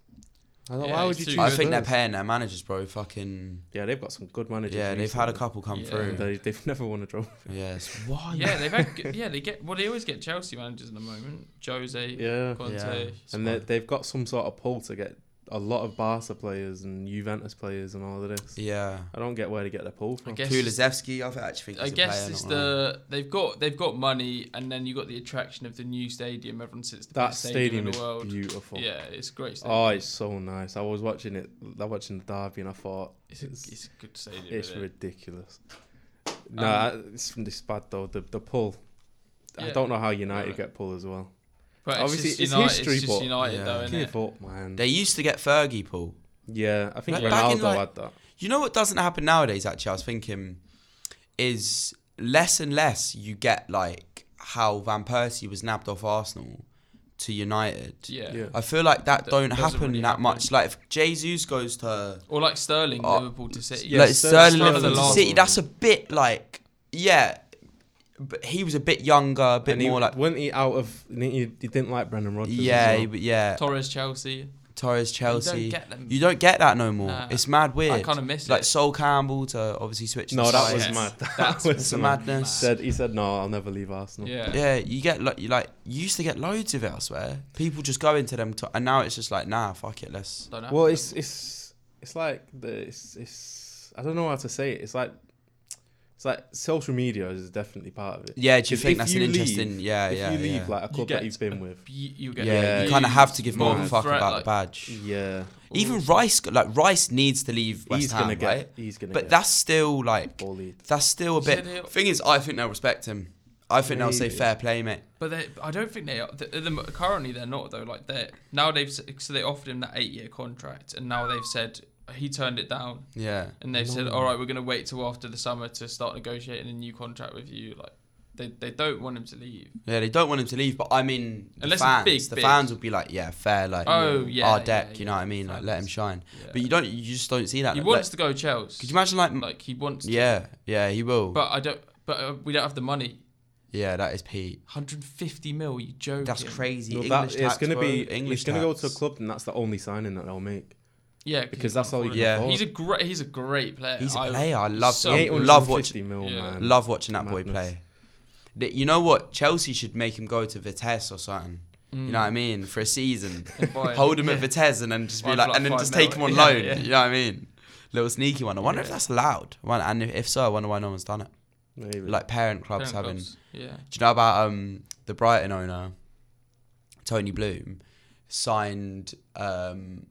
I thought, Yeah, why would you he's choose too I good. think they're Spurs? paying their managers, bro. Fucking Yeah, they've got some good managers. yeah, they've had a recently. couple come Yeah. through. They, they've never won a trophy. Yes. Why? Yeah, they've had, g- yeah, they get well. They always get Chelsea managers in the moment. Jose, Yeah. Conte. Yeah. And they, they've got some sort of pull to get a lot of Barca players and Juventus players and all of this. Yeah. I don't get where they get their pull I from. guess. Kulizevsky, I actually think. I he's a guess player, it's not a- the they've got they've got money, and then you have got the attraction of the new stadium. Everyone says it's the That best stadium in is the world. beautiful. Yeah, it's a great. Stadium. Oh, it's so nice. I was watching it. I was watching the derby, and I thought it's, a, it's- it's a good stadium. it's isn't it? ridiculous. nah, it's, it's bad though. The the pull. I Yeah. don't know how United Alright. get pull as well. But obviously, it's, just it's United, history, It's just but- United, Yeah. though, isn't Give up, man. They used to get Fergie, Paul. yeah, I think Like, back in, Ronaldo like- had that. You know what doesn't happen nowadays? Actually, I was thinking, is less and less you get like how Van Persie was nabbed off Arsenal to United. Yeah. Yeah. I feel like that That don't doesn't happen really that happen. much. Like if Jesus goes to Or like Sterling, Oh, Liverpool to City. yeah, like Ster- Sterling Sterling Liverpool to Lawson. City, that's a bit like yeah, but he was a bit younger, a bit And more he, like wasn't he out of? He, he didn't like Brendan Rodgers. yeah, as well. he- yeah. Torres, Chelsea. Torres You don't Chelsea. get them. You don't get that no more. Nah. it's mad weird. I kind of miss like it. Sol Campbell to obviously switch. no, to that sides. was Yes. mad. That That's- was It's a mad. madness. He said he said no, I'll never leave Arsenal. yeah. Yeah, you get like you like you used to get loads of it elsewhere. People just go into them, to, and now it's just like nah, fuck it, let's. Don't know. Well, it's it's it's like the it's, it's I don't know how to say it. It's like it's like social media is definitely part of it. Yeah, do you If- think if that's you an leave- interesting? Yeah, if yeah, you leave yeah. like a You club that get you've been a with, You, you get yeah, yeah, you you- kind of have to give more, more of a of a fuck threat, about like- the badge. yeah, Even Rice, go- like Rice, needs to leave West he's Ham, gonna get right? he's gonna But get that's still like bullied. that's still a You bit. said he'll- Thing is, I think they'll respect him. I think they'll say Maybe. fair play, mate. But they, I don't think they are. The, the, currently, they're not though. Like they now they've s- so they offered him that eight-year contract, and now they've said he turned it down, Yeah. and they've said, "All right, we're going to wait till after the summer to start negotiating a new contract with you." Like they, they don't want him to leave. Yeah, they don't want him to leave, but I mean, the Unless it's fans, big, the big. fans would be like, yeah, fair, like, Oh, yeah, our yeah, deck, you know yeah, what I mean? Like, let him fans. shine. Yeah. But you don't, you just don't see that. he Like, wants to go Chelsea. could you imagine, like, Like he wants. To, Mm. yeah, yeah, he will. But I don't. But uh, we don't have the money. yeah, that is Pete. 150 mil. You joking? That's crazy. No, English that, it's tax, gonna bro, be English he's gonna go to a tax. club and that's the only signing that they'll make. Yeah, Because he that's all can't you afford can it. Yeah. afford. He's a great. He's a great player. He's a I- player. I love, so Eight Don't- hundred love and watching, fifty mil, yeah. man. love watching that boy Madness. play. Th- You know what? Chelsea should make him go to Vitesse or something. You know what I mean? For a season, mm, Buy hold him yeah. at Vitesse and then just be Buy him like, for like and then five just mil. take him on Yeah, loan. yeah. You know what I mean? Little sneaky one. I wonder if Yeah. that's allowed. I wonder- And if, if so, I wonder why no one's done it. Maybe. Like parent clubs Parent having. clubs, Yeah. Do you know about um the Brighton owner, Tony Bloom, signed um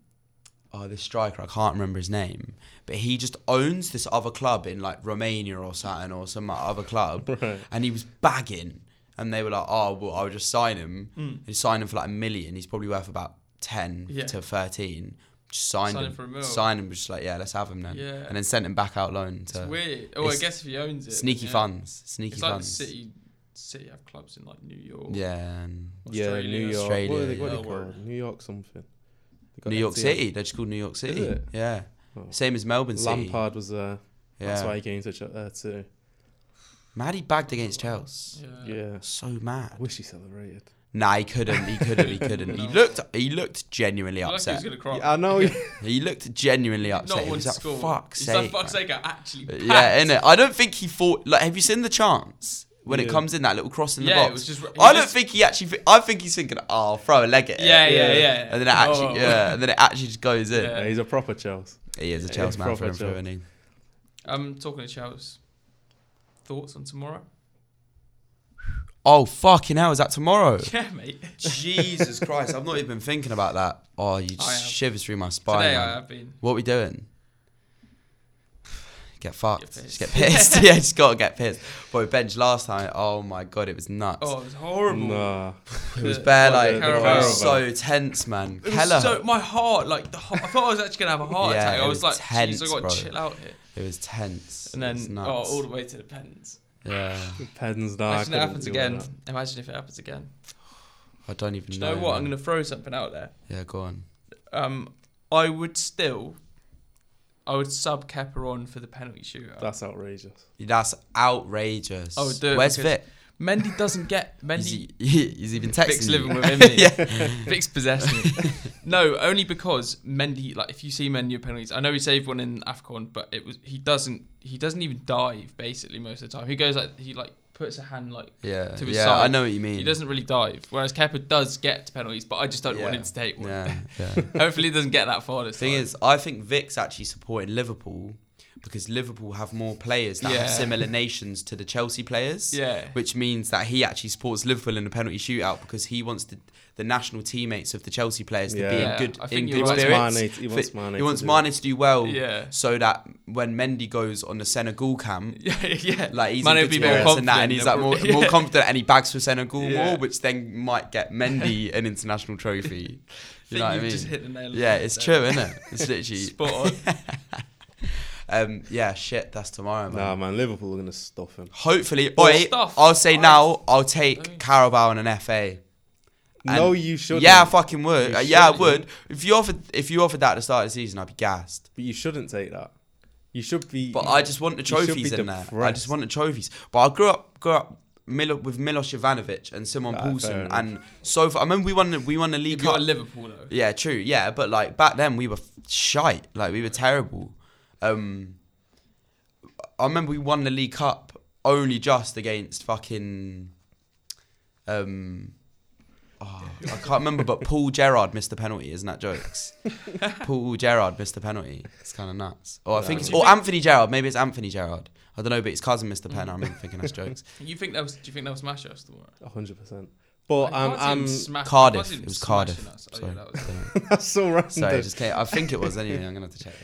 oh this striker I can't remember his name, but he just owns this other club in like Romania or something or some other club, Right. and he was bagging, and they were like, oh well I'll just sign him. Hmm. He signed him for like a million. He's probably worth about ten Yeah. to thirteen. Just signed Sign him him. for a mil. Sign him. Just like yeah, let's have him then. Yeah. And then sent him back out loan It's to weird. Oh, I it's guess if he owns it. sneaky yeah. funds. Sneaky It's like funds. City. City have clubs in like New York. Yeah. And yeah, Australia. New York. Australia, what are they, what are yeah. they called? New York something. They got New York FTL. City. They're just called New York City. it? Yeah. Oh. Same as Melbourne City. Lampard was there. Yeah. That's why he came to Ch- uh, too. Mad he bagged against Chelsea. Yeah. Yeah. So I mad. wish he celebrated. Nah, he couldn't. He couldn't. He couldn't. He looked. He looked genuinely I like he was upset. gonna cry. I know. He looked genuinely Not upset. He one was like, score. "Fuck's He's sake." like, fuck's man." sake, I actually. Packed. Yeah, innit? I don't think he thought. Like, have you seen the chance when it Yeah. comes in that little cross in the Yeah, box? it was just- he I don't just- think he actually. thi- I think he's thinking, "Oh, I'll throw a leg at it." Yeah, yeah, Yeah. yeah. And then it actually, Oh. yeah, and then it actually just goes in. Yeah. Yeah, he's a proper Chelsea. He is a Yeah, Chelsea man for proper him, for Chelsea. winning. I'm Um, talking to Charles. Thoughts on tomorrow? Oh fucking hell! Is that tomorrow? Yeah, mate. Jesus Christ! I've not even been thinking about that. Oh, you I just have. shivers through my spine. Today man. I have been. What we doing? Get fucked. Get just get pissed. yeah, just gotta get pissed. Boy, bench last time. Oh my god, it was nuts. Oh, it was horrible. Nah. it was bare Like like the- it the was Carabao. so tense, man. It was Keller. so my heart, like the heart, I thought I was actually gonna have a heart Yeah, attack. I it was was, like, tense, Jesus, I bro. gotta chill out here. it was tense. And it was then, oh, nuts. all the way to the pens. yeah. Pens nah, I Imagine it couldn't happens deal with again. that. Imagine if it happens again. I don't even Do you know what? I'm man. gonna throw something out there. Yeah, go on. Um, I would still, I would sub Kepper on for the penalty shootout. That's outrageous. That's outrageous. I would do it Where's because Vic? Mendy doesn't get Is Mendy. he, is he been texting? Vic's you? living with him. yeah. Vic's possessed. me. no, only because Mendy. Like, if you see Mendy with penalties, I know he saved one in Afcon, but it was he doesn't. He doesn't even dive basically most of the time. He goes like he like puts a hand like Yeah, to his yeah, side. I know what you mean. He doesn't really dive, whereas Kepa does get to penalties, but I just don't want Yeah. him to take one. Yeah, yeah. Hopefully, he doesn't get that far. This Thing time. is, I think Vic's actually supporting Liverpool because Liverpool have more players that Yeah. have similar nations to the Chelsea players. Yeah. Which means that he actually supports Liverpool in the penalty shootout because he wants the, the national teammates of the Chelsea players to be Yeah. in good I in think you're good right. He wants spirits. Mane- he wants Fit- Mane He to wants do Mane to do well. Yeah. So that when Mendy goes on the Senegal camp, yeah, yeah. like he's Mane in would good be more spirits and that, confident and he's in like the- more, yeah. more confident, and he bags for Senegal Yeah. more, which then might get Mendy an international trophy. I you know think what I you've mean? just hit the nail. on the Yeah, head it's there. true, isn't it? It's literally. Spot on. Um, yeah, shit, that's tomorrow, man. Nah, man, Liverpool are gonna stuff him. Hopefully, Or oi, stuff. I'll say I- now, I'll Don't- take Carabao and an FA. And- no, you shouldn't. Yeah, I fucking would. You Uh, yeah, I shouldn't. would. If you offered, if you offered that at the start of the season, I'd be gassed. but you shouldn't take that. You should be. But I just want the you should trophies be in there. I depressed. just want the trophies. But I grew up, grew up Milo, with Milos Jovanovic and Simon Ah, fair Paulson, enough. and so far, I remember we won, the, we won the League If you're Cup. Liverpool though. Yeah, true. Yeah, but like back then we were f- shite. Like we were terrible. Um, I remember we won the League Cup only just against fucking. Um, oh, I can't remember, but Paul Gerrard missed the penalty. Isn't that jokes? Paul Gerrard missed the penalty. It's kind of nuts. Or I No. think, it's, Do you or think- Anthony Gerrard. Maybe it's Anthony Gerrard. I don't know, but his cousin missed the pen. I remember thinking that's jokes. You think that was? Do you think that was smash us tomorrow? hundred percent. But I um, can't see him I'm smash- I can't Cardiff. see him It was smashing Cardiff. us. Oh, yeah, Sorry, that was- that's so random. sorry. I just came, I think it was anyway. I'm gonna have to check.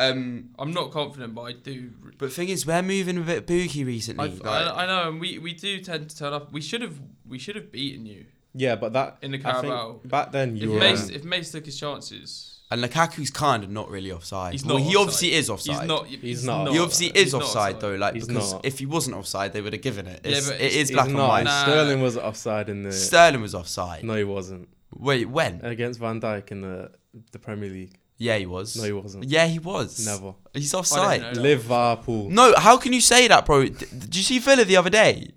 Um, I'm not confident, but I do. But thing is, we're moving a bit boogie recently. I've- like- I, I know, and we, we do tend to turn up. We should have we should have beaten you. yeah, but that In the I think Carabao. back then If you were. Mace, if Mace took his chances, and Lukaku's kind of not really offside. He's well, not he offside. obviously is offside. he's not. He's not he obviously offside. is offside, though, like He's because not. if he wasn't offside, they would have given it. Yeah, It's, but it is it's- he's black and not. white. Nah. Sterling was offside in the. Sterling was offside. no, he wasn't Wait, when? against Van Dijk in the the Premier League. yeah, he was. No, he wasn't. yeah, he was. Never. He's offside. know. No. Liverpool. No, how can you say that, bro? D- Did you see Villa the other day?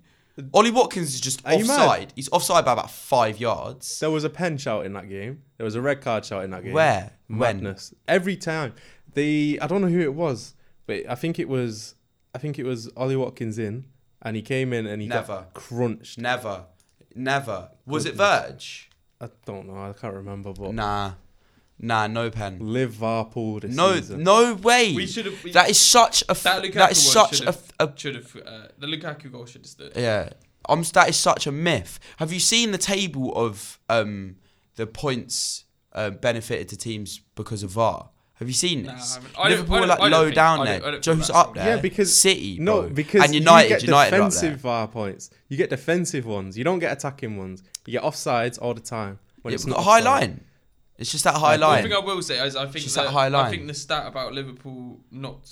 Ollie Watkins is just Are you mad? offside. He's offside by about five yards. There was a pen shout in that game. There was a red card shout in that game. Where? When? Madness. Every time. They I don't know who it was, but I think it was I think it was Ollie Watkins in and he came in and he Never. got crunched. Never. Never. Was it Goodness. Verge? I don't know, I can't remember but Nah, nah, no pen. Liverpool this No, season. no way. We should have. that is such a. F- That Lukaku that is one such a. should've- f- a- should have. Uh, the Lukaku goal should have stood. yeah, I'm. s- That is such a myth. Have you seen the table of um the points uh, benefited to teams because of VAR? Have you seen Nah, I this? haven't. I don't- Liverpool I are don't- like I don't low think- down I there. don't- I don't Do you know who's think that's up wrong. there? Yeah, because City, no, bro. because and United, you get United are up defensive there. VAR points. You get defensive ones. You don't get attacking ones. You get offsides all the time. When Yeah, it's we've not got a high offside. line. It's just that high Yeah, One line. thing I will say is I think Just that, that high line. I think the stat about Liverpool not.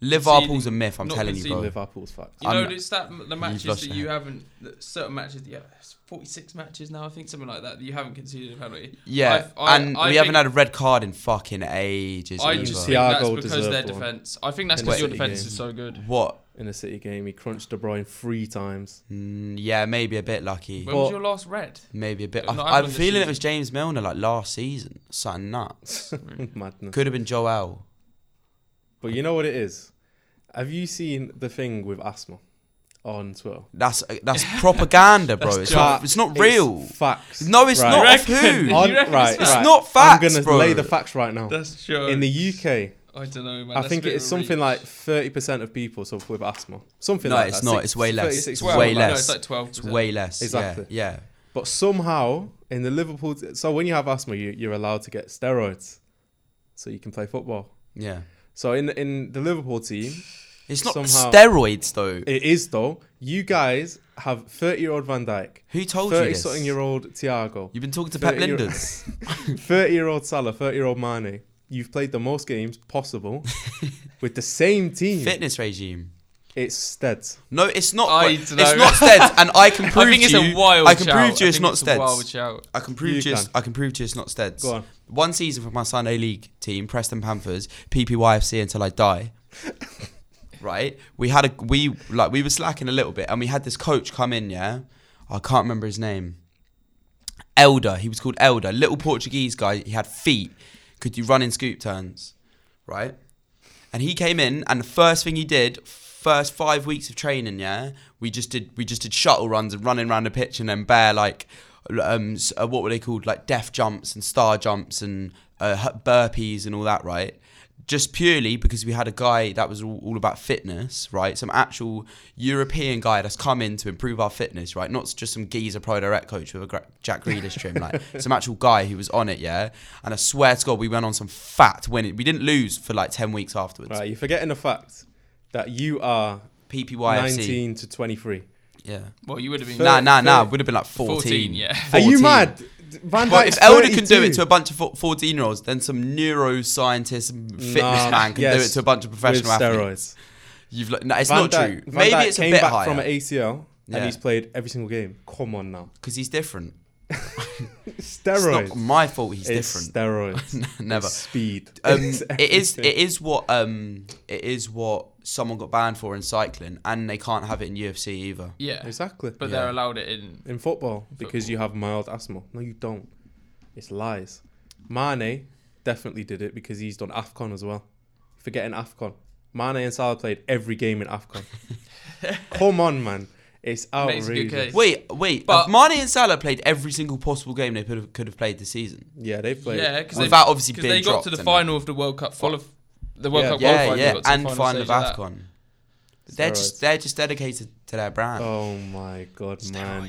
Liverpool's a conceding- myth. I'm not telling you, conceding. bro. Liverpool's fact. You I'm- know, it's that the matches lost that your you haven't. that Certain matches. that you have- it's 46 matches now. I think something like that. that You haven't conceded a penalty. Yeah, I've- I- and I we think- haven't had a red card in fucking ages. I either. just think Yeah, our that's goal because deserved their one. defense. I think that's In because the your City defense game. is so good. what? In a City game, he crunched De Bruyne three times. Mm, yeah, maybe a bit lucky. When was But- your last red? Maybe a bit. Not I, I'm happening this feeling it season. was James Milner like last season. Something nuts. Madness. Could have been Joel. But you know what it is? Have you seen the thing with asthma on Twitter? That's uh, that's propaganda, bro. it's, not, That it's not is real. facts. No, it's Right. not. You Of who? reckon? On- You right, reckon right. It's not facts, I'm gonna bro. lay the facts right now. That's sure. In the UK, I don't know, man. I That's think a bit it's of a something like reach. 30% of people suffer with asthma. Something No, like it's that. not. Six- It's way less. 36, It's Well, way no, less. it's like 12. It's way less. Exactly. Yeah, yeah. But somehow, in the Liverpool... So when you have asthma, you, you're allowed to get steroids. So you can play football. Yeah. So in, in the Liverpool team, It's not Somehow- steroids though. it is though, you guys have 30-year-old Van Dijk, Who told you this? 30-something-year-old Thiago, You've been talking to Pep 30 year- Linders. 30 year old Salah, 30 year old Mane, you've played the most games possible with the same team. Fitness regime. It's Steds. No, it's not. I it's dunno. not Steds, and I can prove I think to it's you. a wild I can shout. prove to you I it's think not a Steds. wild shout. I can prove You to you, it's- can. I can prove to you it's not Steds. Go on. One season for my Sunday league team, Preston Panthers, PPYFC until I die. right? We had a we like we were slacking a little bit, and we had this coach come in. Yeah, I can't remember his name. Elder, he was called Elder, little Portuguese guy. He had feet. Could you run in scoop turns? Right? And he came in, and the first thing he did, first five weeks of training, yeah, we just did we just did shuttle runs and running around the pitch, and then bare like um s- uh, what were they called like death jumps and star jumps and uh, hu- burpees and all that, right? Just purely because we had a guy that was all, all about fitness, right? Some actual European guy that's come in to improve our fitness, right? Not just some geezer pro direct coach with a gra- Jack Grealish trim, like some actual guy who was on it, yeah. And I swear to God, we went on some fat winning. We didn't lose for like ten weeks afterwards. Right, you're forgetting the fact that you are PPYFC. 19 to 23. Yeah. Well, you would have been. Thir- Nah, nah, nah. thirty- Would have been like 14. 14, yeah. Are you 14. mad? Van But if Dijk's Elder can do 32. it to a bunch of 14 year olds, then some neuroscientist and fitness Nah, man can do it yes, to a bunch of with professional athletes. steroids. You've, lo- no, it's Van not Dijk- true. Van Maybe Dijk it's a came bit back higher. from an ACL Yeah. and he's played every single game. Come on now, because he's different. It's steroids. not my fault. He's It's different. steroids. Never. It's speed. Um, It's it is. It everything. is what. Um, it is what someone got banned for in cycling, and they can't have it in UFC either. Yeah, exactly. but Yeah. they're allowed it in. in football because you have mild asthma. No, you don't. It's lies. Mane definitely did it because he's done AFCON as well. Forgetting AFCON. Mane and Salah played every game in AFCON. Come on, man. It's Makes a good outrageous. case. Wait, wait. But- have Mane and Salah played every single possible game they could have could have played this season Yeah, they played. Yeah, because they, without obviously 'cause being they got dropped, to the didn't final of the World Cup. Follow the World Yeah. they? Cup. Yeah, qualifier, they yeah, got to the and final of stage that. Afcon. They're just they're just dedicated to their brand. Oh my god, man.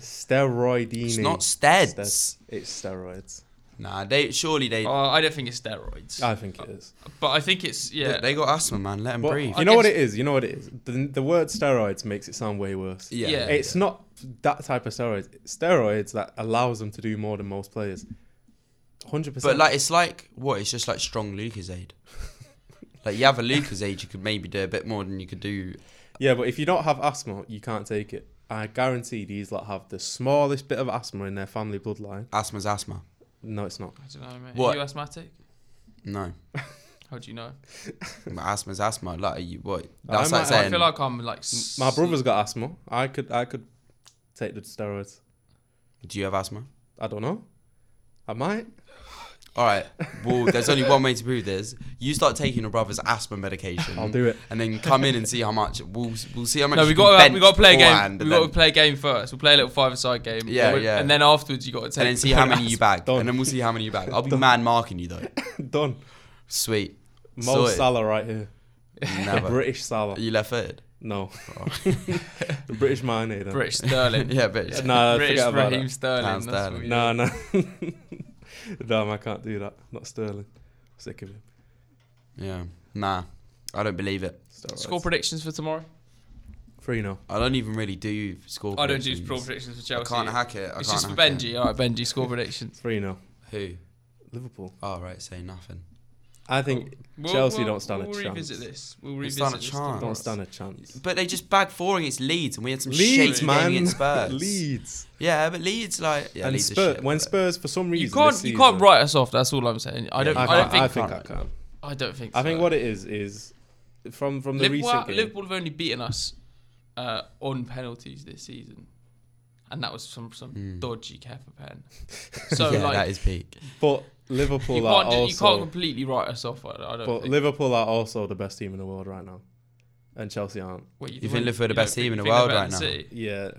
Steroidini. It's not Steads. steads. It's steroids. Nah, they surely they Uh, I don't think it's steroids, I think it is. but I think it's yeah. they got asthma, man. Let them But breathe. you know what it is? You know what it is? The, the word steroids makes it sound way worse. Yeah, Yeah. It's not that type of steroids. It's steroids that allows them to do more than most players. Hundred but percent. like it's like what? It's just like strong Lucasade. like you have a Lucasade, you could maybe do a bit more than you could do. yeah, but if you don't have asthma, you can't take it. I guarantee these lot have the smallest bit of asthma in their family bloodline. Asthma's asthma. No, it's not. I don't know, mate. What? Are you asthmatic? No, How do you know? But asthma's asthma. Like you what? I That's might- like I saying. Oh, I feel like I'm like s- My brother's got asthma. I could, I could take the steroids. do you have asthma? I don't know. I might. All right. Well, there's only one way to prove this. You start taking your brother's asthma medication. I'll do it. And then come in and see how much. We'll we'll see how much. No, we you got can to, we got to play a game. beforehand We and got to then- play a game first. We'll play a little five-a-side game. Yeah, and we- yeah. And then afterwards, you got to take. and then see how many you bag. Done. And then we'll see how many you bag. I'll be man marking you though. Done. Sweet. Mo Sorted. Salah right here. The Never. British Salah. Are you left footed? No. Oh. the British Mane. Then. British Sterling. Yeah, but Yeah. Nah, British forget about Raheem that. Sterling. Dan That's what Sterling. we- No, no. Damn, I can't do that. Not Sterling. Sick of him. Yeah. Nah. I don't believe it. Steroids. Score predictions for tomorrow? Three no. I don't even really do score. I don't do score predictions. predictions for I Chelsea. can't hack it. I It's can't just for hack Benji. All right, Benji, score predictions. Three no. It. Who? Liverpool. Oh right, say nothing. I think Oh, We'll- Chelsea we'll- don't stand we'll a chance. revisit this. We'll Don't revisit stand a this chance. tomorrow. Don't stand a chance. But they just bagged four against Leeds, and we had some Leeds, shit man. game against Spurs. Leeds. Yeah, but Leeds like yeah, and Leeds are Spurs, shit, when but- Spurs, for some reason, You can't. this You can't season- write us off. That's all I'm saying. I don't. I, I, can't, don't think. I think I can. I don't think. I think so. what it is is from from the Liverpool, recent game. Liverpool have only beaten us uh, on penalties this season, and that was from some Mm. dodgy Kepa pen. So yeah, that like, is peak. But Liverpool you are can't, do, you also. can't completely write us off. I, I don't. but think. Liverpool are also the best team in the world right now, and Chelsea aren't. What, You think when- Liverpool are the you don't best team in think- the think they're world better right than now? City? Yeah,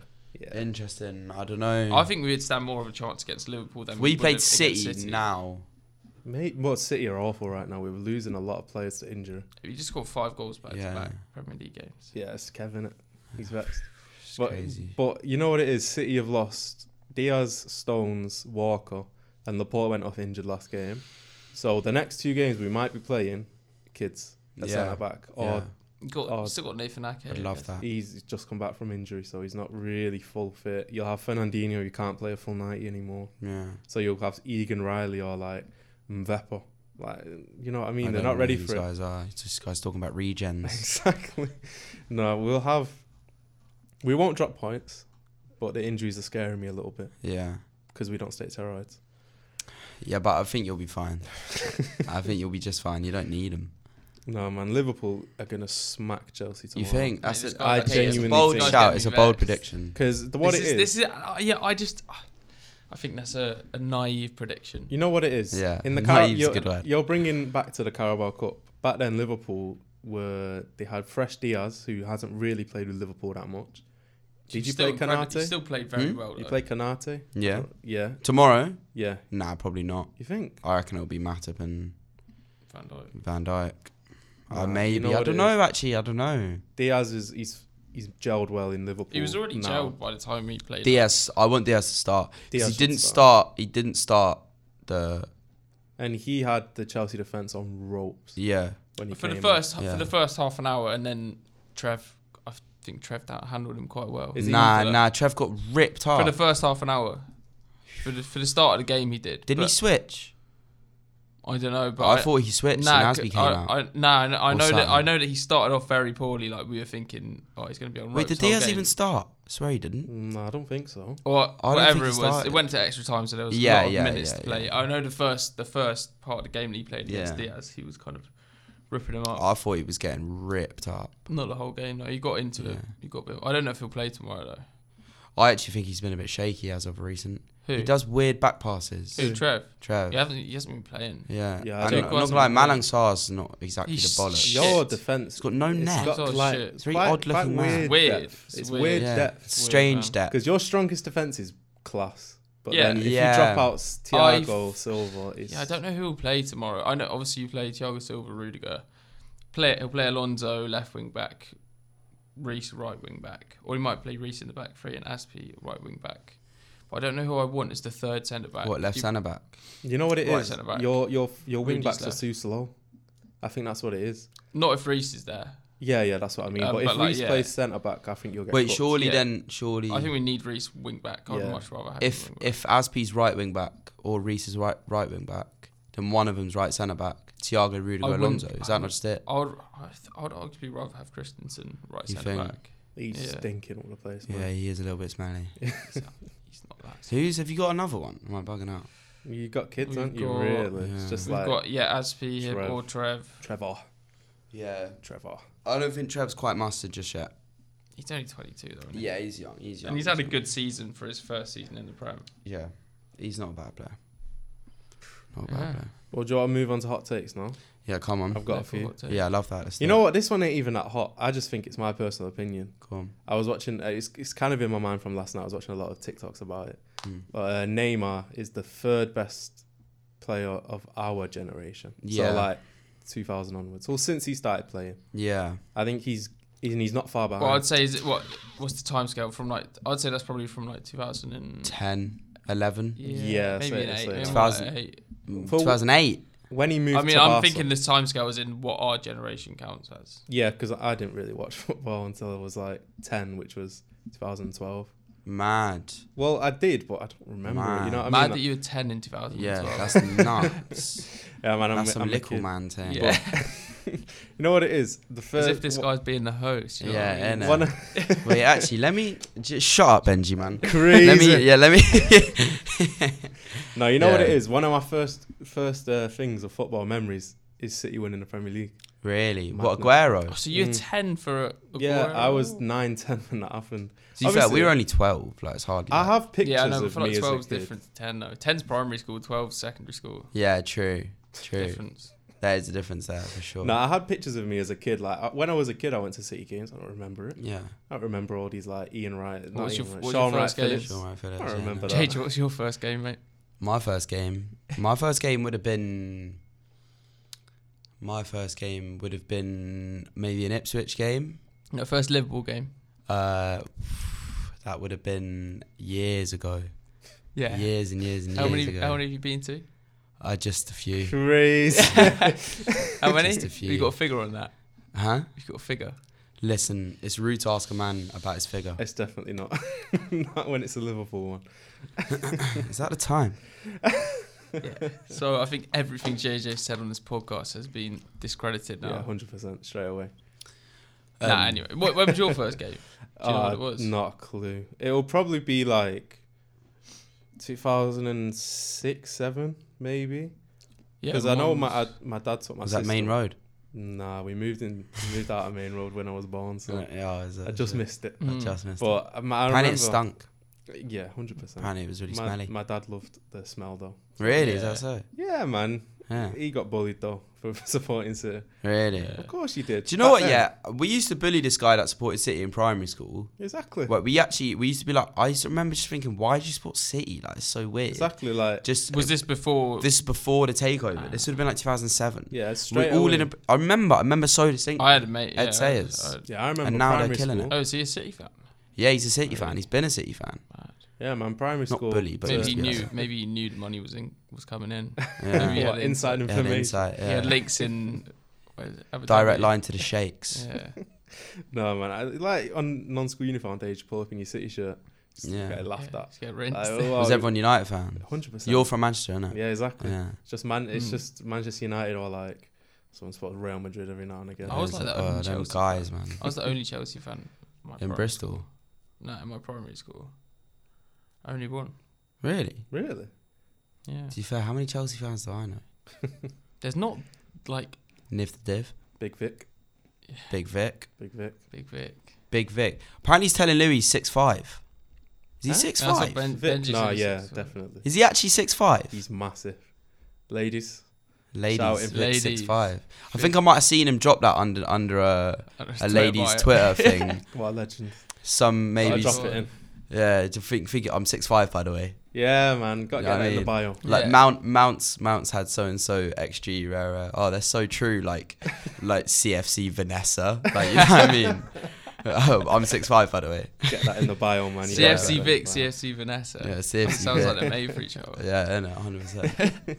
yeah. Interesting. I don't know. I think we'd stand more of a chance against Liverpool than If we would played against City, now. Mate, well, City are awful right now. We're losing a lot of players to injury. You just got five goals back Yeah. to back Premier League games. Yeah, it's Kevin. It. He's vexed. It's But, crazy. but you know what it is? City have lost Diaz, Stones, Walker, and Laporte went off injured last game. So the next two games we might be playing kids at Yeah. centre back, yeah. or You got Oh, still got Nathan Ake. I'd love that. he's just come back from injury, so he's not really full fit. You'll have Fernandinho, you can't play a full ninety anymore. Yeah. So you'll have Egan Riley or like Mvepo. Like you know what I mean? I They're don't not know ready who for these it. Guys are. It's This guy's talking about regens. Exactly. No, we'll have. We won't drop points, but the injuries are scaring me a little bit yeah. because we don't stay steroids. Yeah, but I think you'll be fine. I think you'll be just fine. You don't need them. No, man, Liverpool are gonna smack Chelsea You tomorrow. think? Mate, That's this a, guy- I okay, it's a genuinely bold think- shout. It's a bold Guys get me predition. Because what this it is, is, This is. Uh, yeah, I just. I think that's a, a naive prediction. you know what it is. Yeah, In the naive's Car- a you're, good word. you're bringing back to the Carabao Cup. Back then, Liverpool were they had fresh Diaz, who hasn't really played with Liverpool that much. Did you still play incredible- Canate? You still played very Hmm? well. You though. play Canate? Yeah. Yeah, Tomorrow? yeah. Nah, probably not. You think? I reckon it'll be Matip and Van Dijk. Van Dijk. Nah, uh, you maybe. know I what don't it know, actually. I don't know. Diaz is he's he's gelled well in Liverpool. He was already now. jailed by the time he played. Diaz. I want Diaz to start. 'Cause Diaz he should didn't start. start. He didn't start the. and he had the Chelsea defense on ropes Yeah. when he for the came first Yeah. for the first half an hour, and then Trev. I think Trev that handled him quite well. Is he nah, into that? nah. Trev got ripped For off. the first half an hour, for the, for the start of the game, he did. Didn't he but switch? I don't know, but I, thought he switched Nah, and c- Asby came I, out. I, nah, I kn- I Or know that I something. know that he started off very poorly. Like we were thinking, oh, he's going to be on. Wait, ropes did the whole Diaz game. even start? I swear he didn't. No, Mm, I don't think so. or I don't whatever think it he was. started. It went to extra time, so there was Yeah, a lot of yeah, minutes yeah, to play. I know the first the first part of the game that he played against Yeah. Diaz, he was kind of ripping him up. I thought he was getting ripped up. Not the whole game. No, he got into it. Yeah. He got. a bit- I don't know if he'll play tomorrow though. I actually think he's been a bit shaky as of recent. Who? He does weird back passes. Who? Trev. Trev. He hasn't. He hasn't been playing. Yeah. Yeah, I And don't- I'm not gonna lie, Malang Sar's not exactly He's the bollocks. shit. Your defense. He's got no net. It's got Oh, like shit. It's very quite- odd-looking quite man. Weird. Weird. depth. It's It's weird weird yeah. depth. Strange man. depth. Because your strongest defense is class, but Yeah. then if Yeah. you drop out I've- Thiago Silva, it's Yeah, I don't know who will play tomorrow. I know obviously you play Thiago Silva, Rudiger. Play he'll play Alonso left wing back, Reese right wing back, or he might play Reese in the back three and Aspi right wing back. But I don't know who I want as the third centre back. What left You- centre back? You know what it is. Right centre-back. Your your your wing Rudi's backs are left. too slow. I think that's what it is. Not if Reese is there. Yeah, yeah, that's what I mean. Um, but, but if like, Reece yeah. plays centre back, I think you'll get. Wait, cooked. surely Yeah. then, surely. I think we need Reese wing back. I'd Yeah. much rather have if him wing back. if Aspie's right wing back or Reese is right right wing back, then one of them's right centre back. Thiago I Rudiger wouldn't- Alonso. Is I that not just it? I would, I th- I would arguably rather have Christensen right You centre think? back. he's yeah. stinking all the place. Yeah, Man. he is a little bit smelly. He's not that. Who's have you got another one? Am I bugging out? You got kids, We've aren't you? got- Really, Yeah. it's just We've like got yeah Aspi him Trev. or Trev. Trevor, Yeah, Trevor. I don't think Trev's quite mastered just yet. He's only 22 though. Isn't he? Yeah, he's young. He's young. And he's had a good season for his first season in the Prem. Yeah, he's not a bad player. Not a bad Yeah. player. Well, do you want to move on to hot takes now? Yeah, come on. I've got Yeah, a few. forgot to. Yeah, I love that. Let's You do know it. what? This one ain't even that hot. I just think it's my personal opinion. Come I was watching. Uh, it's it's kind of in my mind from last night. I was watching a lot of TikToks about it. Mm. But uh, Neymar is the third best player of our generation. Yeah. So like 2000 onwards. Well, since he started playing, Yeah, I think he's and he's not far behind. Well, I'd say is it what? What's the timescale from like? I'd say that's probably from like 2000 and 10, 11, yeah, Yeah, maybe say- an say eight, that. maybe 2000. like eight. mm, For- 2008. when he moved. I mean, to I'm Barca- thinking this timescale is in what our generation counts as. Yeah, because I didn't really watch football until I was like 10, which was 2012. Mad. Well, I did, but I don't remember. It, you know what Mad I that mean? uh, you were 10 in 2000. Yeah, that's nuts. yeah, man, I'm, that's I'm some a little kid. man thing. Yeah. You know what it is? The As first. if this guy's being the host. You know Yeah, what I mean? one, innit? Wait, actually, let me just shut up, Benji, man. crazy. Let me, yeah, let me. No, you know what it Yeah. is. One of my first first uh, things of football memories is City winning the Premier League. really, Madness. what Oh, Aguero? so you're Mm. 10 for a. Yeah, Aguero? I was nine, ten when that happened. To be fair, Obviously- Uh-huh. we were only 12. Like, it's hardly. I like- have pictures Yeah, I know. I of feel like me as a 12's kid. different to 10 though. 10's primary school, 12's secondary school. Yeah, true, true. Difference. There is a difference there for sure. No, I had pictures of me as a kid. Like I- when I was a kid, I went to City games. I don't remember it. Yeah. I don't remember all these like Ian Wright, not was Ian your- Wright, what was Sean your Wright first game? Phillips. Sure, I feel it, I yeah, remember no. that. JJ, what's your first game, mate? My first game. My first game would have been. My first game would have been maybe an Ipswich game. No, first Liverpool game. Uh, that would have been years ago. Yeah. Years and years and How years many? ago. How many have you been to? Uh, just a few. Crazy. How many? Just a few. You got a figure on that. Huh? You got a figure. Listen, it's rude to ask a man about his figure. it's definitely not. not when it's a Liverpool one. Is that the time? So I think everything JJ said on this podcast has been discredited Yeah, now. hundred percent straight away. nah, Um, anyway. What, when was your first game? Do you know what it was? Uh, Not a clue. It will probably be like 2006, seven, maybe. Yeah. Because I know mine my was- ad- my dad took my. Was that main sister- road? Nah, we moved in we moved out of main road when I was born, so yeah, is it- I just yeah. missed it. I Mm. just missed. it. But um, I Apparently remember. it stunk. Yeah, hundred percent. Apparently it was really My, smelly. my dad loved the smell though. really? Is Yeah. that so? Yeah, man. Yeah. He got bullied though for supporting City. Really? Yeah. Of course you did. Do you know Back what? then. Yeah, we used to bully this guy that supported City in primary school. Exactly. But we actually we used to be like, I used to remember just thinking, why do you support City? Like it's so weird. Exactly like Just Was this before? this is before the takeover. This would have been like 2007. yeah, We're straight all away. in a. I remember. I remember so distinctly. I had a mate. Ed yeah, Sayers. I- I- Yeah, I remember. and now they're primary killing it. school. Oh, is he a City fan? yeah, he's a City fan. He's been a City fan. Mad. Yeah, man. Primary Not school. bully, but to- Maybe he yeah. knew. Maybe he knew the money was in was coming in. Yeah. Maybe he What, inside had inside. He had information. insight. He Yeah. had links in. where is it, Abu Direct Dhabi? line to the shakes. Yeah. No, man. I, like on non-school uniform day, you pull up in your city shirt. Yeah. Get laughed Yeah, at. just get rinsed. Like, oh, Was well, everyone United fan? 100%. You're from Manchester, innit? yeah, exactly. Yeah. It's just man. It's Mm. just Manchester United or like someone spotted Real Madrid every now and again. I was like that when Oh, them Chelsea- guys, man. I was the only Chelsea fan in, my In prim- Bristol. No, in my primary school. Only one. Really? really? Yeah. To be fair, how many Chelsea fans do I know? There's not like Niv the Div, Big Vic. Big Vic. Big Vic. Big Vic. Big Vic. Apparently he's telling Louis six five. Is he Huh? six That's five? like Ben- Vic. Benji's Nah, only yeah, six foot. definitely. Is he actually six five? He's massive. Ladies, Shout Ladies, in- Vic six Ladies. five. I think I might have seen him drop that under under a, I don't know, a it's lady's bio. Twitter thing. what a legend. Some Gotta maybe I'll drop it in. yeah. To think, think I'm six five by the way. Yeah, man. Got to Yeah, get I it in the mean- bio. Like Yeah. Mount Mounts Mounts had so and so XG Rara. Oh, they're so true. Like like CFC Vanessa. Like you know what I mean. Um, I'm six five by the way. Get that in the bio, man. You gotta get that in CFC the Vic, bio. CFC Vanessa. Yeah, CFC. Sounds Vic. like they're made for each other. Yeah, I know, 100%.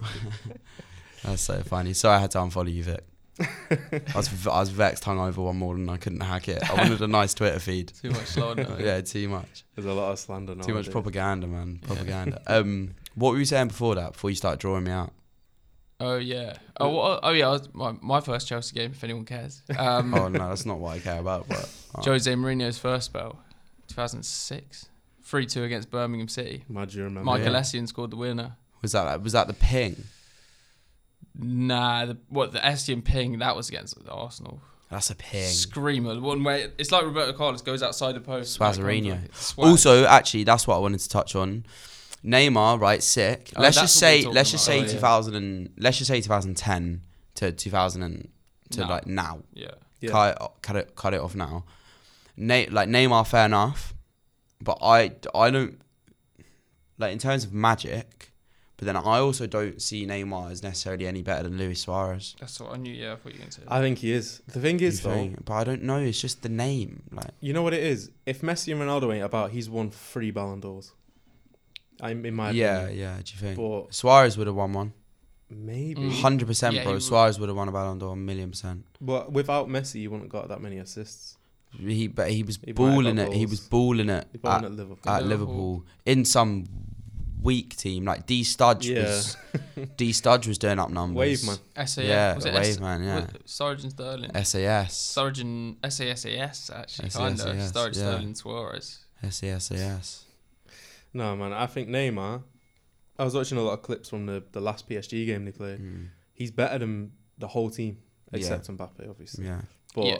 That's so funny. Sorry I had to unfollow you, Vic. I was, v- I was vexed hungover one morning. I couldn't hack it. I wanted a nice Twitter feed. Too much laudanum. Uh, yeah, too much. There's a lot of slander. Too much nowadays. propaganda, man. Propaganda. Um, what were you saying before that, before you started drawing me out? Oh yeah. Oh well, oh yeah. I was- My, my first Chelsea game, if anyone cares. Um, Oh, no, that's not what I care about. But oh. Jose Mourinho's first spell, 2006, three two against Birmingham City. Mad, you remember? Michael yeah. Essien scored the winner. was that like, was that the ping? Nah, the, what the Essien ping that was against the Arsenal. That's a ping. Screamer, the one where it's like Roberto Carlos goes outside the post. Swazzarinho. Like, it's swag. Also, actually, that's what I wanted to touch on. Neymar, right? Sick. Oh, let's that's just what say, we were talking let's just about say earlier. 2000 and let's just say 2010 to 2000 and to Now. like now. yeah, Yeah. Cut, it, cut it, cut it off now. Ne- like Neymar, fair enough, but I, I don't like in terms of magic. But then I also don't see Neymar as necessarily any better than Luis Suarez. that's what I knew. Yeah, I thought you were going to say. that. I think he is. The thing You is, though, think? But I don't know. It's just the name. Like You know what it is? If Messi and Ronaldo ain't about, he's won three Ballon d'Ors. I'm in my yeah, opinion. yeah. Do you think But Suarez would have won one? maybe, Mm. Hundred percent, Yeah, he bro. would. Suarez would have won a Ballon d'Or, a million percent. but without Messi, you wouldn't got that many assists. He, but he was He might have balling got it. He goals. was balling it He won at at, Liverpool. at Liverpool. Liverpool in some weak team like D Studge Yeah. was D Studge was doing up numbers. Wave man, SAS. yeah, was the it wave S- man, yeah. was- Sergeant Sterling. SAS, Sergeant SAS actually kind of SAS, Sergeant yeah. Sterling Suarez. SAS. no man. I think Neymar. I was watching a lot of clips from the the last PSG game they played. Mm. He's better than the whole team Yeah. except Mbappe, obviously. Yeah, But yeah,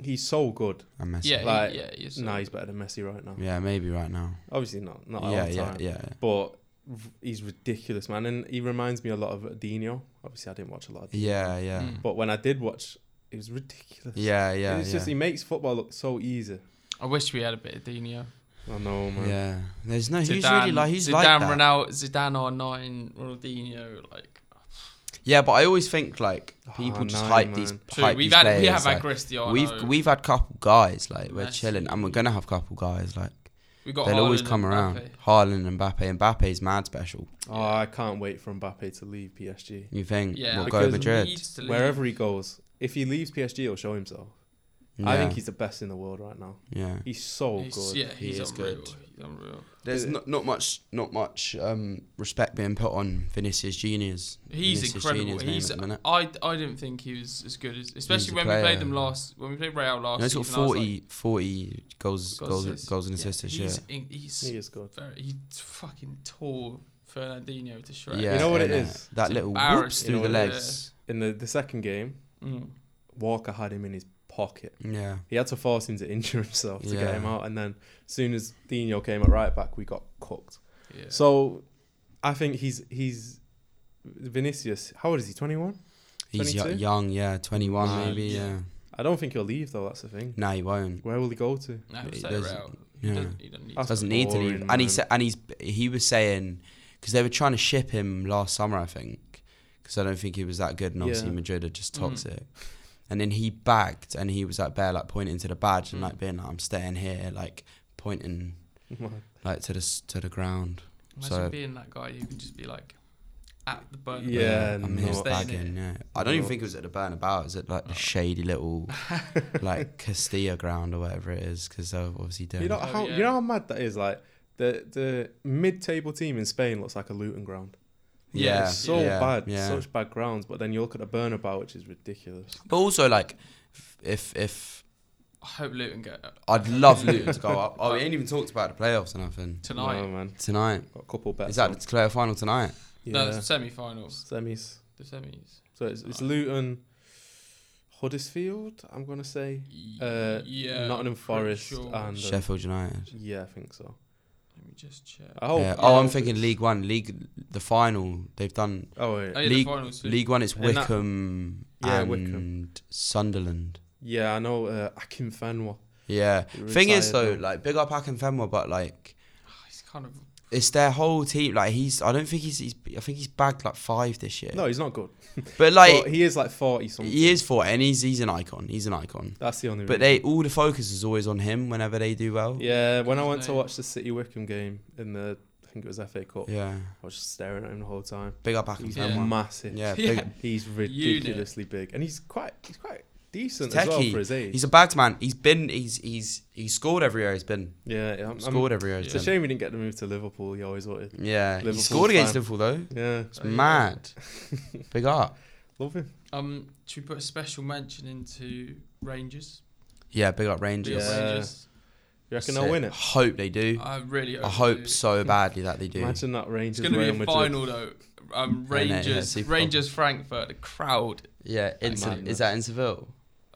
he's so good. and Messi. yeah, he- like, yeah. he is, nah, uh, he's better than Messi right now. yeah, maybe right now. Obviously not, not all yeah, the yeah, time. yeah, But v- he's ridiculous, man, and he reminds me a lot of Dino. Obviously, I didn't watch a lot of Dino. yeah, yeah, Mm. But when I did watch, it was ridiculous. yeah, yeah, it's yeah. just he makes football look so easy. I wish we had a bit of Dino. I know, man. yeah. There's no. who's Zidane- really like? Who's Zidane, like that? Ronaldo, Zidane R9, Ronaldinho, like. Yeah, but I always think like people Oh, just no, hype these. man. True, hype we've these had we players, have like, had Cristiano. We've we've had couple guys like we're Messi. chilling and we're gonna have couple guys like we got. they'll always Haaland come and around. Mbappe. Haaland and Mbappe. Mbappe's mad special. Oh, I can't wait for Mbappe to leave PSG. You think Yeah, we'll because go we Madrid? needs to leave. Wherever he goes, if he leaves PSG, he'll show himself. I Yeah, think he's the best in the world right now. yeah. He's so He's- good. Yeah, He he's is unreal. good. He's unreal. There's not, not much not much um, respect being put on Vinicius Junior's. He's Vinicius incredible. Junior's name He's at the minute. I I didn't think he was as good as especially a when player. we played him last when we played Real You last. know, he's got season, I was 40, 40 goals like, goals goals, assists. and Yeah, assists this year. He's in- he's He is good. very he's fucking tall. Fernandinho to shreds. Yeah, You know what it innit? is? That It's little whoops embarrassing. through You know the what it legs. is? In the, the second game, Mm. Walker had him in his pocket. Yeah. He had to force him to injure himself to Yeah. get him out. And then as soon as Dino came at right back, we got cooked. Yeah. So I think he's he's Vinicius. How old is he? Twenty one. He's y- 22? young, yeah, 21 Nah, maybe, yeah. yeah. I don't think he'll leave though. That's the thing. No, he won't. Where will he go to? No, It say doesn't- Real. yeah. He doesn't, he doesn't need That's to. doesn't need to leave. boring, And he man. said, and he's he was saying because they were trying to ship him last summer, I think, because I don't think he was that good, and obviously Yeah. Madrid are just Mm. toxic. And then he bagged, and he was like bare like pointing to the badge and Mm. like being like, "I'm staying here," like pointing like to the s- to the ground. Imagine So- being that guy who can just be like at the burn. Yeah, I'm here no. bagging. Yeah, I don't even No. think it was at the Burnabout. It was at like Oh. the shady little like Castilla ground or whatever it is, because they're obviously doing. You know Oh, how yeah. you know how mad that is. Like The the mid table team in Spain looks like a Luton ground. Yeah, it's so yeah, bad, yeah. such bad grounds. But then you look at a Bernabeu, which is ridiculous. But also, like, if if I hope Luton get up I'd love Luton to go up. Oh, we ain't even talked about the playoffs or nothing tonight. no, man, tonight. got a couple bets. Is that on. the player final tonight? yeah. No, it's semi-finals. semis? The semis. So it's, it's Oh. Luton, Huddersfield. I'm gonna say Uh, yeah. Nottingham I'm pretty Forest sure. and uh, Sheffield United. yeah, I think so. Let me just check. Oh, Yeah. Oh, I'm thinking League One, League the final. They've done Oh, yeah. Oh, yeah, League- the finals too. League One. It's And that- Wickham Yeah, and Wickham. Sunderland. yeah, I know. Uh, Akin Fenwa. Yeah. Thing is though, Retired now. like big up Akin Fenwa, but like He's Ah, kind of it's their whole team. Like he's, I don't think he's, he's I think he's bagged like five this year. no, he's not good. but like but he is like forty something. he is for, and he's he's an icon. He's an icon. That's the only. But they all the focus is always on him whenever they do well. Yeah, when I went to Name. watch the City Wickham game in the, I think it was FA Cup, Yeah. I was just staring at him the whole time. Big up Akin He's Yeah. Fenwa. massive. Yeah. Yeah. big- He's ridiculously big, and he's quite, he's quite decent as well techie. for his age. He's a bagged man. He's been. He's he's he's scored every year. He's been yeah, yeah, I'm- I'm- scored every year. Um, it's He's a been. shame we didn't get to move to Liverpool. He always wanted. Yeah, he Liverpool's scored against fan. Liverpool though. Yeah, It's Oh, yeah. mad. Big up. love him. um. Should we put a special mention into Rangers? Yeah, big up Big Rangers. up Yeah. Rangers. You reckon Sick. they'll win it? Hope they do. I really. Hope I they do. hope so badly that they do. Imagine that Rangers It's going to be Real a Madrid. final though. Um, Yeah, no, yeah, Rangers, Super Bowl. Rangers, Frankfurt. The crowd. Yeah, in Se- Imagine is that. that in Seville?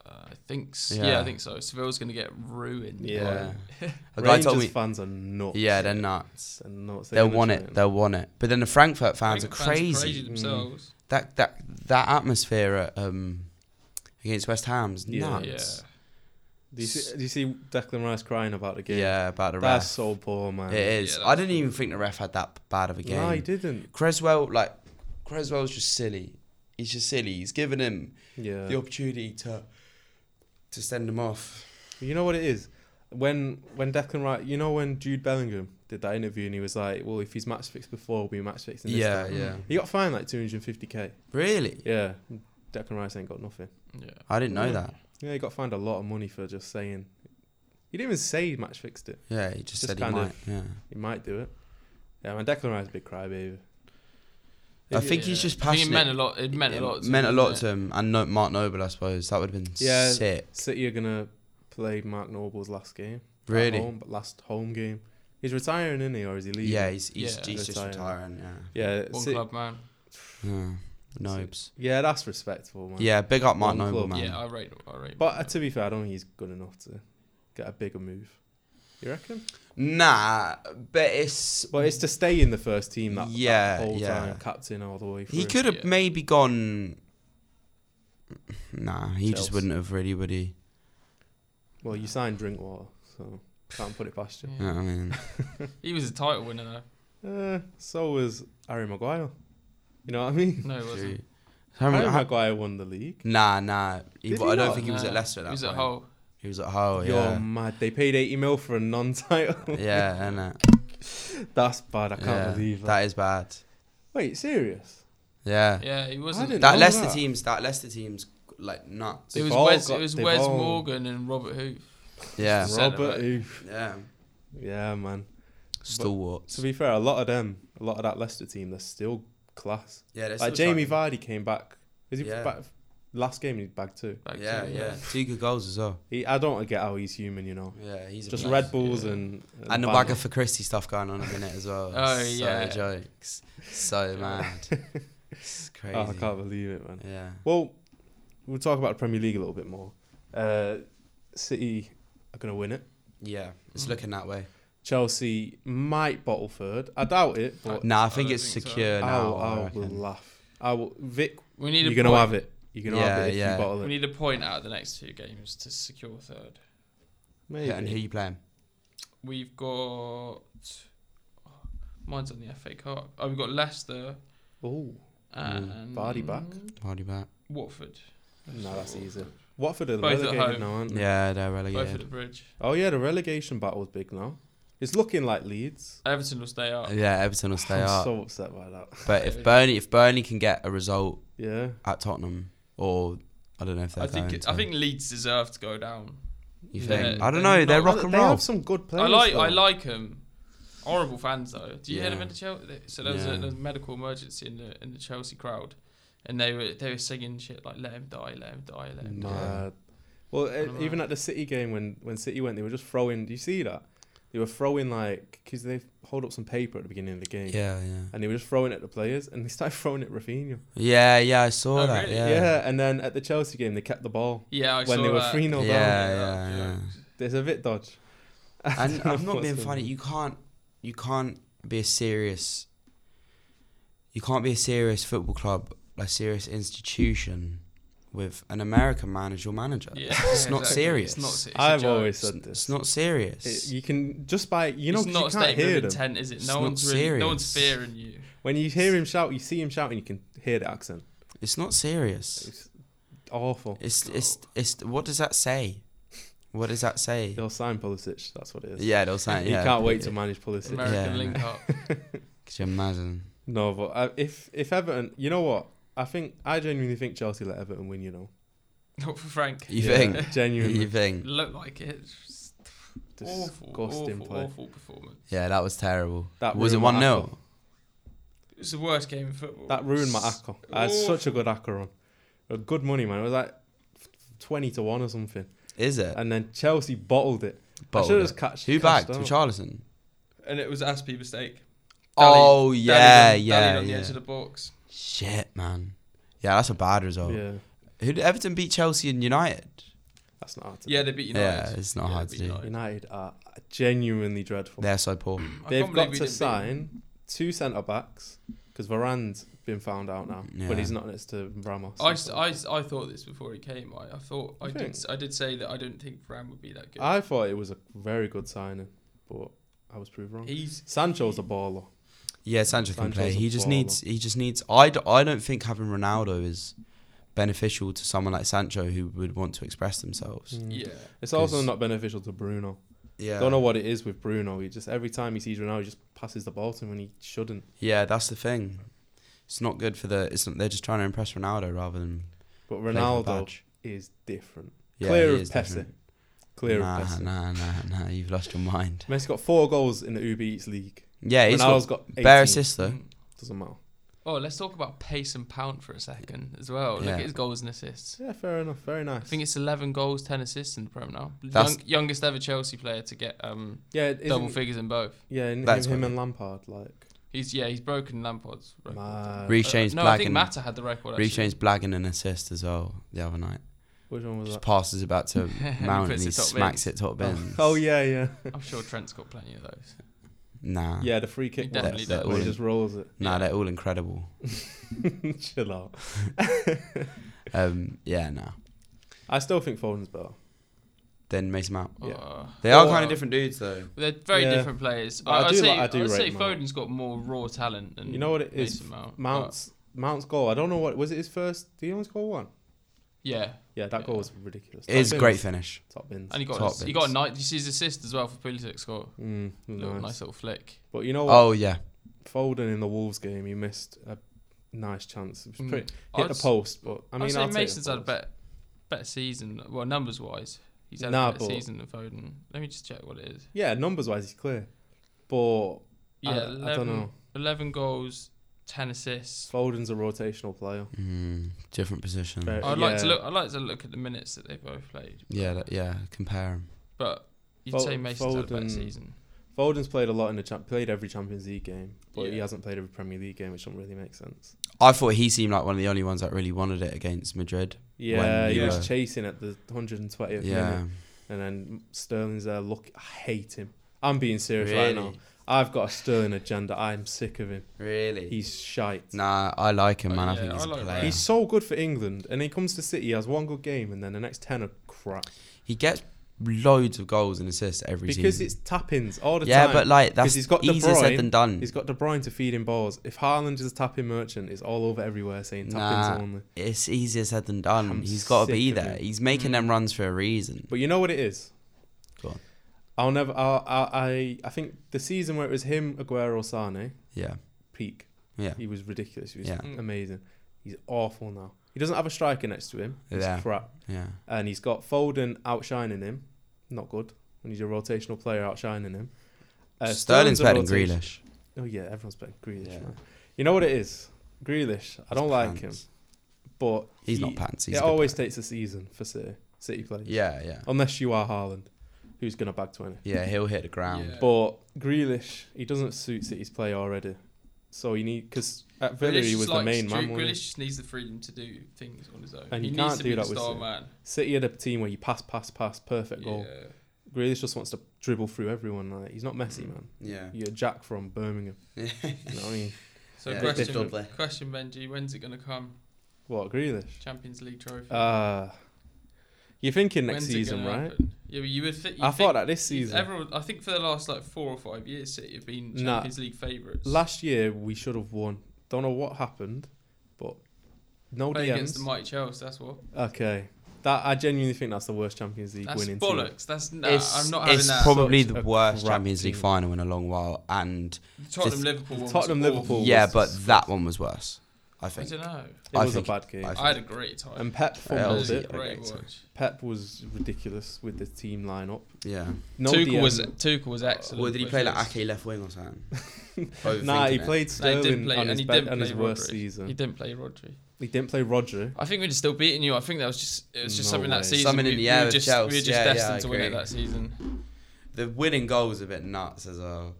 Uh, I think. s- Yeah. Yeah. I think so. Seville's going to get ruined. Yeah. A guy Rangers told me. fans are nuts. Yeah, they're nuts. They're nuts. They're They'll gonna want try it. and- They'll want it. But then the Frankfurt fans are Frankfurt crazy. Mm. themselves. That that that atmosphere at, um against West Ham's Yeah. Yeah. nuts. do, you see, do you see Declan Rice crying about the Yeah, game? about the that's ref. so poor, man. It is. Yeah, I didn't that's- even think the ref had that bad of a game. No, he didn't. Creswell, like Creswell's just silly. He's just silly. He's given him Yeah. the opportunity to to send him off. You know what it is? When when Declan Wright, you know when Jude Bellingham did that interview and he was like, "Well, if he's match fixed before, we'll be match fixing this Yeah, time." yeah. He got fined like 250k. Really? Yeah, Declan Rice ain't got nothing. Yeah. I didn't know that. Yeah, he got fined a lot of money for just saying. He didn't even say he match fixed it. Yeah, he just, Just said he kind might. of- yeah. He might do it. Yeah, man, Declan Rice is a big crybaby. I think he's just I think passionate. it meant a lot. It meant a lot. It To meant a him, lot didn't to him and no, Mark Noble, I suppose. That would have been Yeah. sick. City are gonna play Mark Noble's last game. at Really? home, but last home game. He's retiring, isn't he, or is he leaving? Yeah, he's he's, Yeah. he's just Retiring. retiring. Yeah. yeah. it? One City- club man. yeah. Nobes. yeah, that's respectful, man. Yeah, big up Mark One Noble, club. man. Yeah, I rate. I rate. But uh, to be fair, I don't think he's good enough to get a bigger move. You reckon? Nah, but it's But it's to stay in the first team that, that Yeah, whole yeah. time, captain all the way through. He could have Yeah. maybe gone. Nah, he just Chelsea. wouldn't have really, would he? Well, you signed Drinkwater, so can't put it past you. You know Yeah. what I mean? He was a title winner though. Uh, so was Harry Maguire. You know what I mean? No, he wasn't. True. I remember- Harry I- Maguire won the league. nah, nah. He- Did but he I don't not? think he was Nah, at Leicester. At Oh, He that was at point. Hull. He was at Hull. You're Oh, Yeah, mad. They paid 80 mil for a non-title. yeah, innit? That's bad. I can't yeah. believe that. That is bad. Wait, serious? Yeah, Yeah, he wasn't. didn't that know Leicester that. team's that Leicester team's like nuts. They- It They've was all Wes. got- It was they've Wes all- Morgan and Robert Hoof. yeah, Centre Robert back. Oof. yeah. Yeah, man. Stalwarts. To be fair, a lot of them, a lot of that Leicester team, they're still class. Yeah, they're Like still Jamie trying. Vardy came back. Is he Yeah. back? Last game he bagged two. Back to Yeah, him, yeah. Two good goals as well. He, I don't get how he's human, you know. Yeah, he's a Just beast. Red Bulls yeah. and and the Barca. Wagga for Christie stuff going on at the minute as well. Oh, so yeah. jokes, so mad. It's crazy. Oh, I can't believe it, man. Yeah, Well, we'll talk about the Premier League a little bit more. Uh, City are gonna win it. yeah. Hmm. It's looking that way. Chelsea might bottle third. I doubt it, but Nah, I I think don't it's think so. Oh, secure now. I'll, I I'll reckon. laugh. I will. Vic, We need. you're a gonna point. have it. You're gonna have Yeah, it if yeah. you bottle We it. need a point out of the next two games to secure third. Maybe. Yeah, and who you playing? We've got. Mine's on the FA Cup. Oh, we've got Leicester Ooh, Mm. and Vardy back? Vardy back. Watford. no, that's easy. Watford are Both at relegated home. now, aren't they? Yeah, they're Hmm. Both at relegated. the bridge. Oh yeah, the relegation battle's big now. It's looking like Leeds. Everton will stay up. Yeah, Everton will stay I'm up. so upset by that. but if Burnley, if Burnley can get a result Yeah. at Tottenham, or I don't know if they're I think. going It, to. I think Leeds deserve to go down. You think? Yeah. they're- I don't they're know. They're not- rock and they roll. have some good players. I like. though. I like them. horrible fans though. Do you hear them Yeah. in the Chelsea? So there was, Yeah. a, there was a medical emergency in the in the Chelsea crowd, and they were they were singing shit like "Let him die, let him die, let him." die. Mad. Well, What am e- even I? at the City game when when City went, they were just throwing. Do you see that? They were throwing like because they hold up some paper at the beginning of the game, Yeah, yeah, and they were just throwing it at the players, and they started throwing it at Rafinha. yeah, yeah. I saw Oh, that. really? Yeah, Yeah. and then at the Chelsea game, they kept the ball Yeah, I when saw they were that. three 0 yeah, down. yeah. yeah. There's a bit dodge. I and don't I'm know not what's being going funny. on. You can't, you can't be a serious. You can't be a serious football club, a serious institution, with an American man as your manager. Yeah, it's not exactly. serious. It's not. It's a I've joke. always It's, said it's this. not serious. It- you can just by you know it's 'cause not you a can't statement hear of them intent, is it? It's No not one's really, no one's serious. fearing you. when you hear him shout. You see him shouting, you can hear the accent. it's not serious. It's awful. It's it's it's. What does that say? What does that say? They'll sign Pulisic. That's what it is. Yeah, they'll say. you Yeah, can't wait to manage Pulisic. American Yeah, link no. up. Could you imagine? No, but uh, if if Everton, you know what? I think I genuinely think Chelsea let Everton win. You know, Not for Frank. You Yeah, think? You genuinely think? Look like it. Just disgusting awful, awful, play. awful performance. Yeah, that was terrible. That was it ruined one my 0 It was the worst game in football. That ruined my S- acca. I had such a good acca run, A good money man. It was like twenty to one or something, Is it? and then Chelsea bottled it. I Bottled should it. have just catch. Who cashed backed? out. Richarlison. And it was Aspie mistake. Oh Dallied yeah, on- yeah, dallied on yeah. the edge of the box. Shit, man. Yeah, that's a bad result. Yeah, Who did Everton beat Chelsea and United? that's not hard to. Yeah, do. they beat United. Yeah, it's not Yeah, hard they to beat do. United. United are genuinely dreadful. Their side poor. I can't They've believe got we to didn't beat them. sign two centre backs because Varane's been found out now, Yeah. but he's not next to Ramos. I, s- I s- I thought this before he came. I, I thought I You did think? s- I did say that I didn't think Brown would be that good. I thought it was a very good signing, but I was proved wrong. He's Sancho's a baller. Yeah, Sancho can Sancho's play. a He just baller. needs. He just needs. I, d- I don't think having Ronaldo is beneficial to someone like Sancho who would want to express themselves. Mm. Mm. yeah. It's also 'Cause- not beneficial to Bruno. Yeah. Don't know what it is with Bruno. He just every time he sees Ronaldo, he just passes the ball to him when he shouldn't. Yeah, that's the thing. It's not good for the. It's not, they're just trying to impress Ronaldo rather than But play for the Ronaldo badge. is different. Yeah, Clear he of is Pesce. different. Clear nah, of Pesce. nah, nah, nah. You've lost your mind. Messi's got four goals in the Uber Eats league. Yeah, he's Ronaldo's got got, eight. bare assists though. Mm. Doesn't matter. Oh, let's talk about pace and pound for a second as well. Look Yeah. at his goals and assists. Yeah, fair enough. Very nice. I think it's 11 goals, 10 assists in the Prem now. That's- Young, youngest ever Chelsea player to get um, yeah, it double isn't- figures in both. Yeah, and That's him, him what- and Lampard like. He's yeah, he's broken Lampard's record. Uh, Mad. Reece James no, I Black think and- Mata had the record. Reece actually. James blagging an assist as well the other night. Which one was Just that? passes it back to He Mount and puts he it top smacks it top bins. Oh yeah, yeah, I'm sure Trent's got plenty of those. Nah. yeah. The free kick. He one. definitely That- that Where he one. just rolls it. Nah, they're all incredible. Chill out. Um, yeah, nah. I still think Foden's better. Then Mason Mount. Yeah. Uh, They are or- kind of different dudes though. They're very Yeah. different players. But I, I I'd do say, like- I do would say rate Mount. Foden's got more raw talent. And You know what it is? Mason Mount, Mount's Mount's goal. I don't know what was it his first. Did he only score one? but yeah, Yeah, that goal Yeah. was ridiculous. It is Top a great bins. finish. Top bins. and he got Top his- he got a bins. nice. You see his assist as well for Pulisic score. Mm, Little nice. nice little flick. But you know what? Oh yeah. Foden in the Wolves game, he missed a nice chance. It was Mm. pretty, I'd hit the s- post, but I I'd mean, say I'll take Mason's the had a post. better, better season. Well, numbers wise, he's had Nah, a better but- season than Foden. Let me just check what it is. Yeah, numbers wise, he's clear. But Yeah, I, 11, I don't know. 11 goals, 10 assists. Foden's a rotational player. Mm, different position. Fair. I'd like to Yeah. look. I'd like to look at the minutes that they both played. Yeah, that, yeah. Compare 'em. But you'd Fo- say Mason's had a better Foden- season. Foden's played a lot in the champ, played every Champions League game, but he Yeah. hasn't played every Premier League game, which doesn't really make sense. I thought he seemed like one of the only ones that really wanted it against Madrid. Yeah, he you were- was chasing at the 120th minute. Yeah. And then Sterling's there. Look, I hate him. I'm being serious right now. Really? I've got a Sterling agenda. I'm sick of him. Really? He's shite. Nah, I like him, Oh, man. I yeah, think he's I a like player. Ryan. He's so good for England, and he comes to City, has one good game, and then the next ten are crap He gets loads of goals and assists every because season. it's tap-ins all the yeah, time. but like that's he's got De easier Bruyne, said than done. he's got De Bruyne to feed him balls. If Haaland is a tapping merchant, it's all over everywhere saying tap-ins Nah. only. It's easier said than done. I'm he's got to be sick of there. him. He's making Mm. them runs for a reason. But you know what it is? Go on. I'll never. I'll, I I I think the season where it was him, Aguero, Sane, Yeah, peak. yeah, He was ridiculous. He was Yeah. Mm. amazing. He's awful now. He doesn't have a striker next to him. He's Yeah. crap. yeah. And he's got Foden outshining him. Not good. When he's a rotational player outshining him. Uh, Sterling's better than on rotation. Grealish. Oh yeah, everyone's better than Grealish. Yeah. Man. You know what it is, Grealish. I don't like him, Pants. but He's he- not pants. He's It a good always player. takes a season for City. City players, Yeah, yeah, unless you are Haaland, who's gonna bag twenty. yeah. He'll hit the ground. Yeah. But Grealish, he doesn't suit City's play already. So you need because at Villa Grealish he is was the like main Stu- man. wasn't Grealish he? just needs the freedom to do things on his own. And he you needs can't to do be that the with star City. man. City had a team where you pass, pass, pass, perfect goal. Yeah. Grealish just wants to dribble through everyone. Like he's not messy, man. Yeah. You're Jack from Birmingham. You know what I mean? So Yeah, bit question, doubly. question, Benji, when's it going to come? What Grealish? Champions League trophy. Uh you're thinking next When's it season, gonna right? happen? Yeah, but you would. thi- you I think- thought that this you- season. Everyone, I think for the last like four or five years, City have been Nah. Champions League favourites. Last year we should have won. Don't know what happened, but no Playing against DMs. the mighty Chelsea, that's what. okay, that I genuinely think that's the worst Champions League That's winning. team. bollocks. That's nah, it's I'm not having it's that. probably Such the a worst crap Champions League team. final in a long while, and Tottenham this- Liverpool. one was Tottenham awful. Liverpool. yeah, was- but that one was worse. I I think. don't know. It I was a think- bad game, I I had a great time. and Pep fumbled LZ. it. Yeah. Great Okay, so- watch. Pep was ridiculous with the team lineup. Yeah. No Tuchel DM. was Tuchel was excellent. Well, did he but play like was- Ake left wing or something? Nah, he Overthinking played it. No, he didn't Sterling play- on and his, he be- didn't on his play worst Rodri. season. He didn't play Rodri. He didn't play Rodri. I think we'd have still beaten you. I think that was just it was just No something way. that season. Something we, in the we air were with just, Chelsea. We were just Yeah, yeah, destined I to win it agree. that season. The winning goal was a bit nuts as well.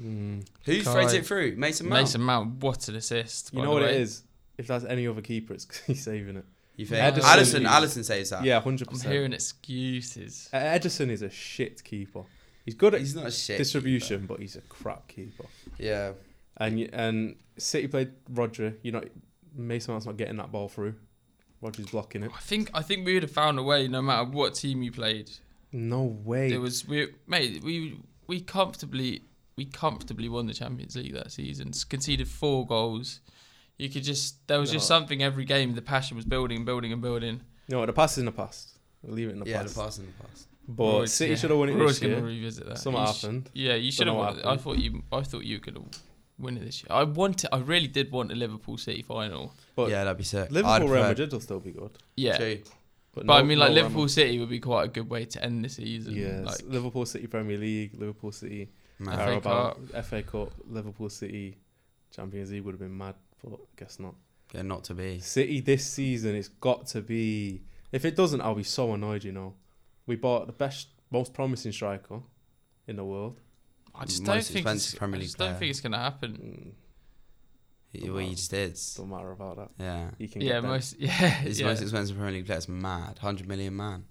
Mm. Who Kai. throws it through? Mason Mount. Mason Mount, what an assist! You by know the what it way. is? If that's any other keeper, it's 'cause he's saving it. You think? Ederson. Allison. Allison saves that. Yeah, hundred I'm percent. hearing excuses. Edison is a shit keeper. He's good at He's not a shit. distribution, but he's a crap keeper. keeper. Yeah. And you, and City played Rodri. You know, Mason Mount's not getting that ball through. Rodri's blocking it. I think I think we would have found a way, no matter what team you played. No way. It was we, mate. We we comfortably we comfortably won the Champions League that season. S- Conceded four goals. You could just there was just No. something every game. The passion was building, building, and building. no, the pass is in the past. We'll leave it in the yeah. past. The pass in the pass. But We're always- City yeah, should have won it We're always this going to year. revisit that. Something You happened. Yeah, you should have. know what won it. I happened. thought you. I thought you could have won it this year. I wanted. I really did want a Liverpool City final. But yeah, that'd be sick. I'd Liverpool, Real prefer- Madrid will still be good. Yeah, True. But, but no- I mean, like no Real Liverpool City would be quite a good way to end the season. Madrid. Yes, like, Liverpool City Premier League, Liverpool City Man. FA Carabao, FA Cup, Liverpool City Champions League would have been mad, but I guess not. Yeah, not to be. City this season, it's got to be. If it doesn't, I'll be so annoyed. You know, we bought the best, most promising striker in the world. I just Most don't think. expensive It's, Premier I League just don't player. think it's going to happen. Mm, He- Well, you just did. don't matter about that. Yeah. He can Yeah, get benched. most. Yeah, His yeah. most expensive Premier League player is mad. Hundred million man.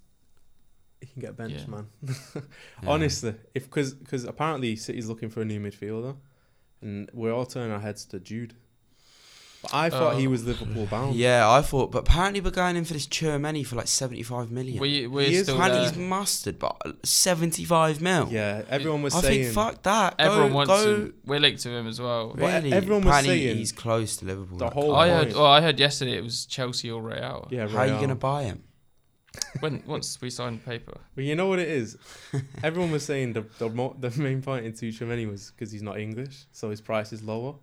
He can get benched, Yeah. man. Yeah. Honestly, if because because apparently City's looking for a new midfielder, and we're all turning our heads to Jude. But I thought he Oh. was Liverpool bound. Yeah, I thought, but apparently we're going in for this Chirmany for like seventy-five million. We we're He is still apparently there. he's mustard, but seventy-five mil. Yeah, everyone was I saying. think fuck that. Go- Everyone wants go- him. We're linked to him as well. But Really? everyone was Apparently saying he's close to Liverpool. the now. whole- I Oh, heard. nice. Well, I heard yesterday it was Chelsea or Real. yeah, How are you Real. gonna buy him? When once we signed the paper. But you know what it is? Everyone was saying the the, mo- the main point in Tuchemani was because he's not English, so his price is lower.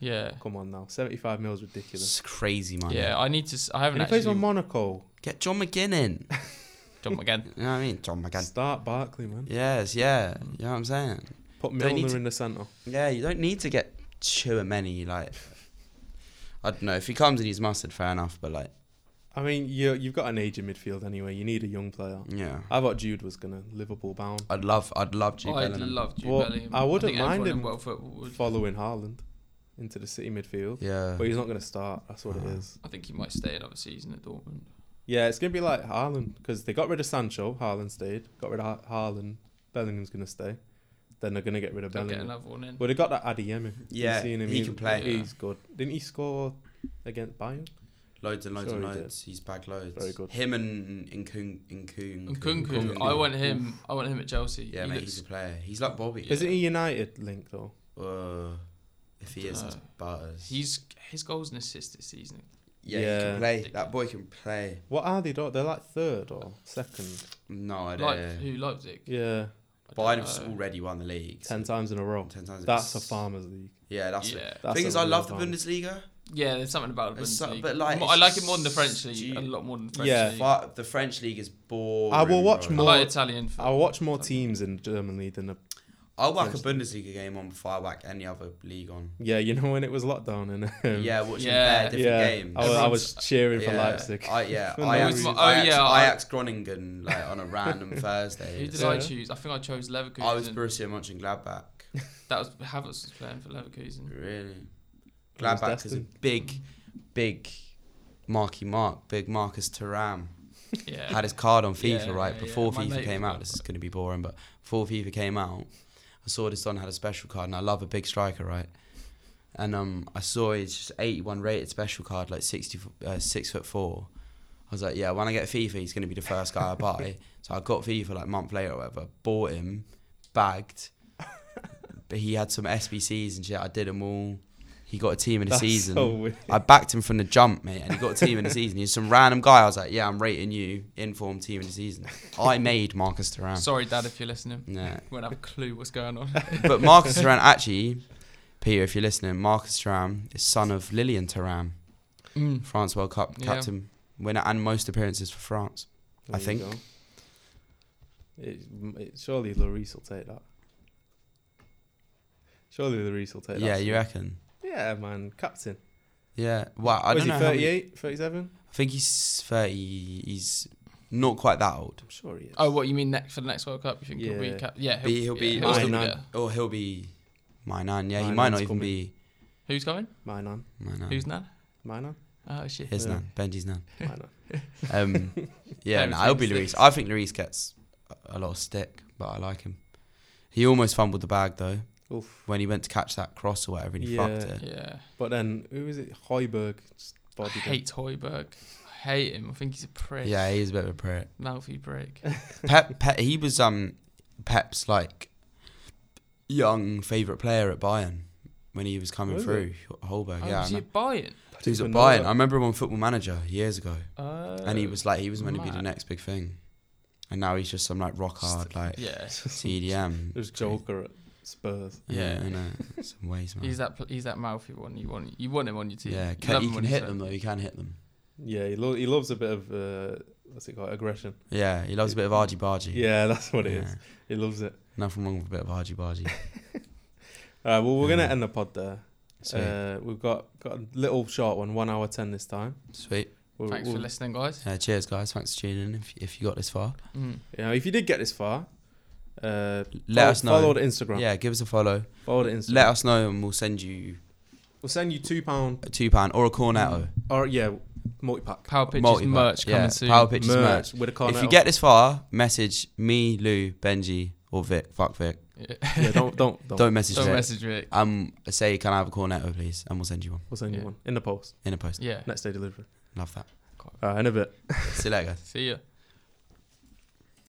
Yeah. Come on now, seventy five mil is ridiculous. It's crazy money. Yeah, I need to. s- I haven't And he plays actually. on Monaco. Get John McGinn. John McGann. you know what I mean? John McGinn. Start Barkley, man. Yes, yeah. You know what I'm saying? Put They need Milner to- in the centre. Yeah, you don't need to get Chouameni. Like, I don't know. If he comes and he's mustard, fair enough. But like, I mean, you you've got an aging midfield anyway. You need a young player. yeah, I thought Jude was gonna Liverpool bound, I'd love, I'd love Jude I'd Bellingham. Oh, love Jude Well, Bellingham. I wouldn't think everyone mind in him World football would. following Haaland into the City midfield, Yeah. but he's not gonna start. That's what it Uh. is. I think he might stay another season at Dortmund. Yeah, it's gonna be like Haaland because they got rid of Sancho. Haaland stayed. Got rid of ha- Haaland. Bellingham's gonna stay. Then they're gonna get rid of They'll get Bellingham. another one in. Well, they got that Adeyemi. Yeah, You've seen him. he He's- can play. He's good. Didn't he score against Bayern? Loads and loads and Sure he did. loads. He's bagged loads. Very good. Him and Nkun, Nkun, And Kunku, Nkunku. I want him. I want him at Chelsea. Yeah, He mate, looks- he's a player. He's like Bobby. Isn't he United linked though? Uh, if he is, that's Dunno. butters. he's his goals and assists this season. yeah, he Yeah. can play. That boy can play. What are they? though? They're like third or second. No idea. Like who Leipzig? Yeah, I don't Bayern's know. already won the league. ten times in a row. Ten times. That's a it's- farmers league. Yeah, that's it. Yeah. That's thing a is, I real love the farmers. Bundesliga. Yeah, there's something about the It's so- Bundesliga. but, like, Mo- I it's like it more than the French league. stu- A lot more than the French Yeah. league. I But the French league is boring. I will watch bro. more- like Italian. I watch more teams in the German league than the I'll whack a Bundesliga game on before I whack any other league on. Yeah, you know when it was lockdown and um, Yeah, watching bare Yeah. different yeah, games. I was, I was cheering for Yeah, Leipzig. I, yeah, For no Ajax, reason. Oh, Ajax, yeah, I- Ajax Groningen like on a random Who Thursday. did Yeah. I choose? I think I chose Leverkusen. I was Borussia Mönchengladbach. that was Havertz was playing for Leverkusen. Really, It was Gladbach is a destined. big, big Marky Mark, big Marcus Thuram. Yeah. had his card on Yeah, FIFA, right? yeah, Before yeah. My FIFA mate came was out, like this that. is going to be boring, but before FIFA came out, I saw this on had a special card, and I love a big striker, right? And um, I saw his just 81 rated special card, like 60, f- uh, six foot four. I was like, yeah, when I get FIFA, he's going to be the first guy I buy. so I got FIFA like a month later or whatever, bought him, bagged. but he had some SBCs and shit. I did them all. He got a team in the That's season. so weird. I backed him from the jump, mate, and he got a team in the season. He's some random guy. I was like, yeah, I'm rating you, inform team in the season. I made Marcus Turan. Sorry, Dad, if you're listening. Yeah. Won't have a clue what's going on. But Marcus Turan, actually, Peter, if you're listening, Marcus Turan is son of Lillian Turan, Mm. France World Cup Yeah. captain, winner, and most appearances for France. I There you think. go. It, it, surely Lloris will take that. Surely Lloris will take yeah, that. you reckon? Yeah, man, captain. Yeah. Well, I What don't is know. he, how many- 38, 37? I think he's 30. He's not quite that old. I'm sure he is. Oh, what you mean next for the next World Cup? You think he'll Yeah. be? Cap- yeah, he'll, Be- he'll be- yeah, Mine still nine. there. Or he'll be my nine. Yeah, My he might nine's not even coming. be Who's coming? My nan. my nine. Who's Nan? My nan. Oh shit. His Yeah. nan. Benji's nan. My nan. Um, yeah, Parents no, it'll make be Lloris. mistakes. I think Lloris gets a- a lot of stick, but I like him. He almost fumbled the bag though Oof. when he went to catch that cross or whatever, and he Yeah. fucked it. Yeah. But then, who is it? Hoiberg. Just I body hate Hoiberg. I hate him. I think he's a prick. Yeah, he is Oh, a bit of a prick. Mouthy prick. Pep, Pep, he was um Pep's like young favorite player at Bayern when he was coming Was through. Holberg, Oh, yeah, was he I a know. Bayern? he was at even know Bayern. that. I remember him on Football Manager years ago, Oh. and he was like he was meant to be the mad. next big thing, and now he's just some like rock hard like Yeah. CDM. There's Joker at Spurs. Yeah, Yeah. I know. some ways, man. He's that. pl- He's that mouthy one. You want. You want him on your team. Yeah, You can, love he him can when he's hit there. them though. He can hit them. Yeah, he, lo- he loves a bit of, uh, what's it called? Aggression. Yeah, he loves a bit of argy bargy. Yeah, that's what it is. He loves it. Nothing wrong with a bit of argy bargy. All right, well, we're going to Yeah. end the pod there. Sweet, Uh, we've got, got a little short one, one hour 10 this time. sweet. We'll, Thanks we'll- for listening, guys. Uh, cheers, guys. Thanks for tuning in. If, if you got this far, Mm. You know, if you did get this far, uh, let follow, us know. Follow the Instagram. Yeah, give us a follow. Follow the Instagram. Let us know, and we'll send you We'll send you two pound a two pound or a cornetto. or yeah, multi pack Power pitches Multi-pack. merch coming Yeah, soon. Power pitches merch. with a corner. If you get this far, message me, Lou, Benji, or Vic. Fuck Vic. Yeah. yeah, don't don't don't. Don't message Don't Vic. message Rick. Um, say, can I have a cornetto, please? And we'll send you one We'll send you Yeah. one in the post. in a post. Yeah. Next day delivery. Love that. All right, in a bit. See you later, guys. See ya.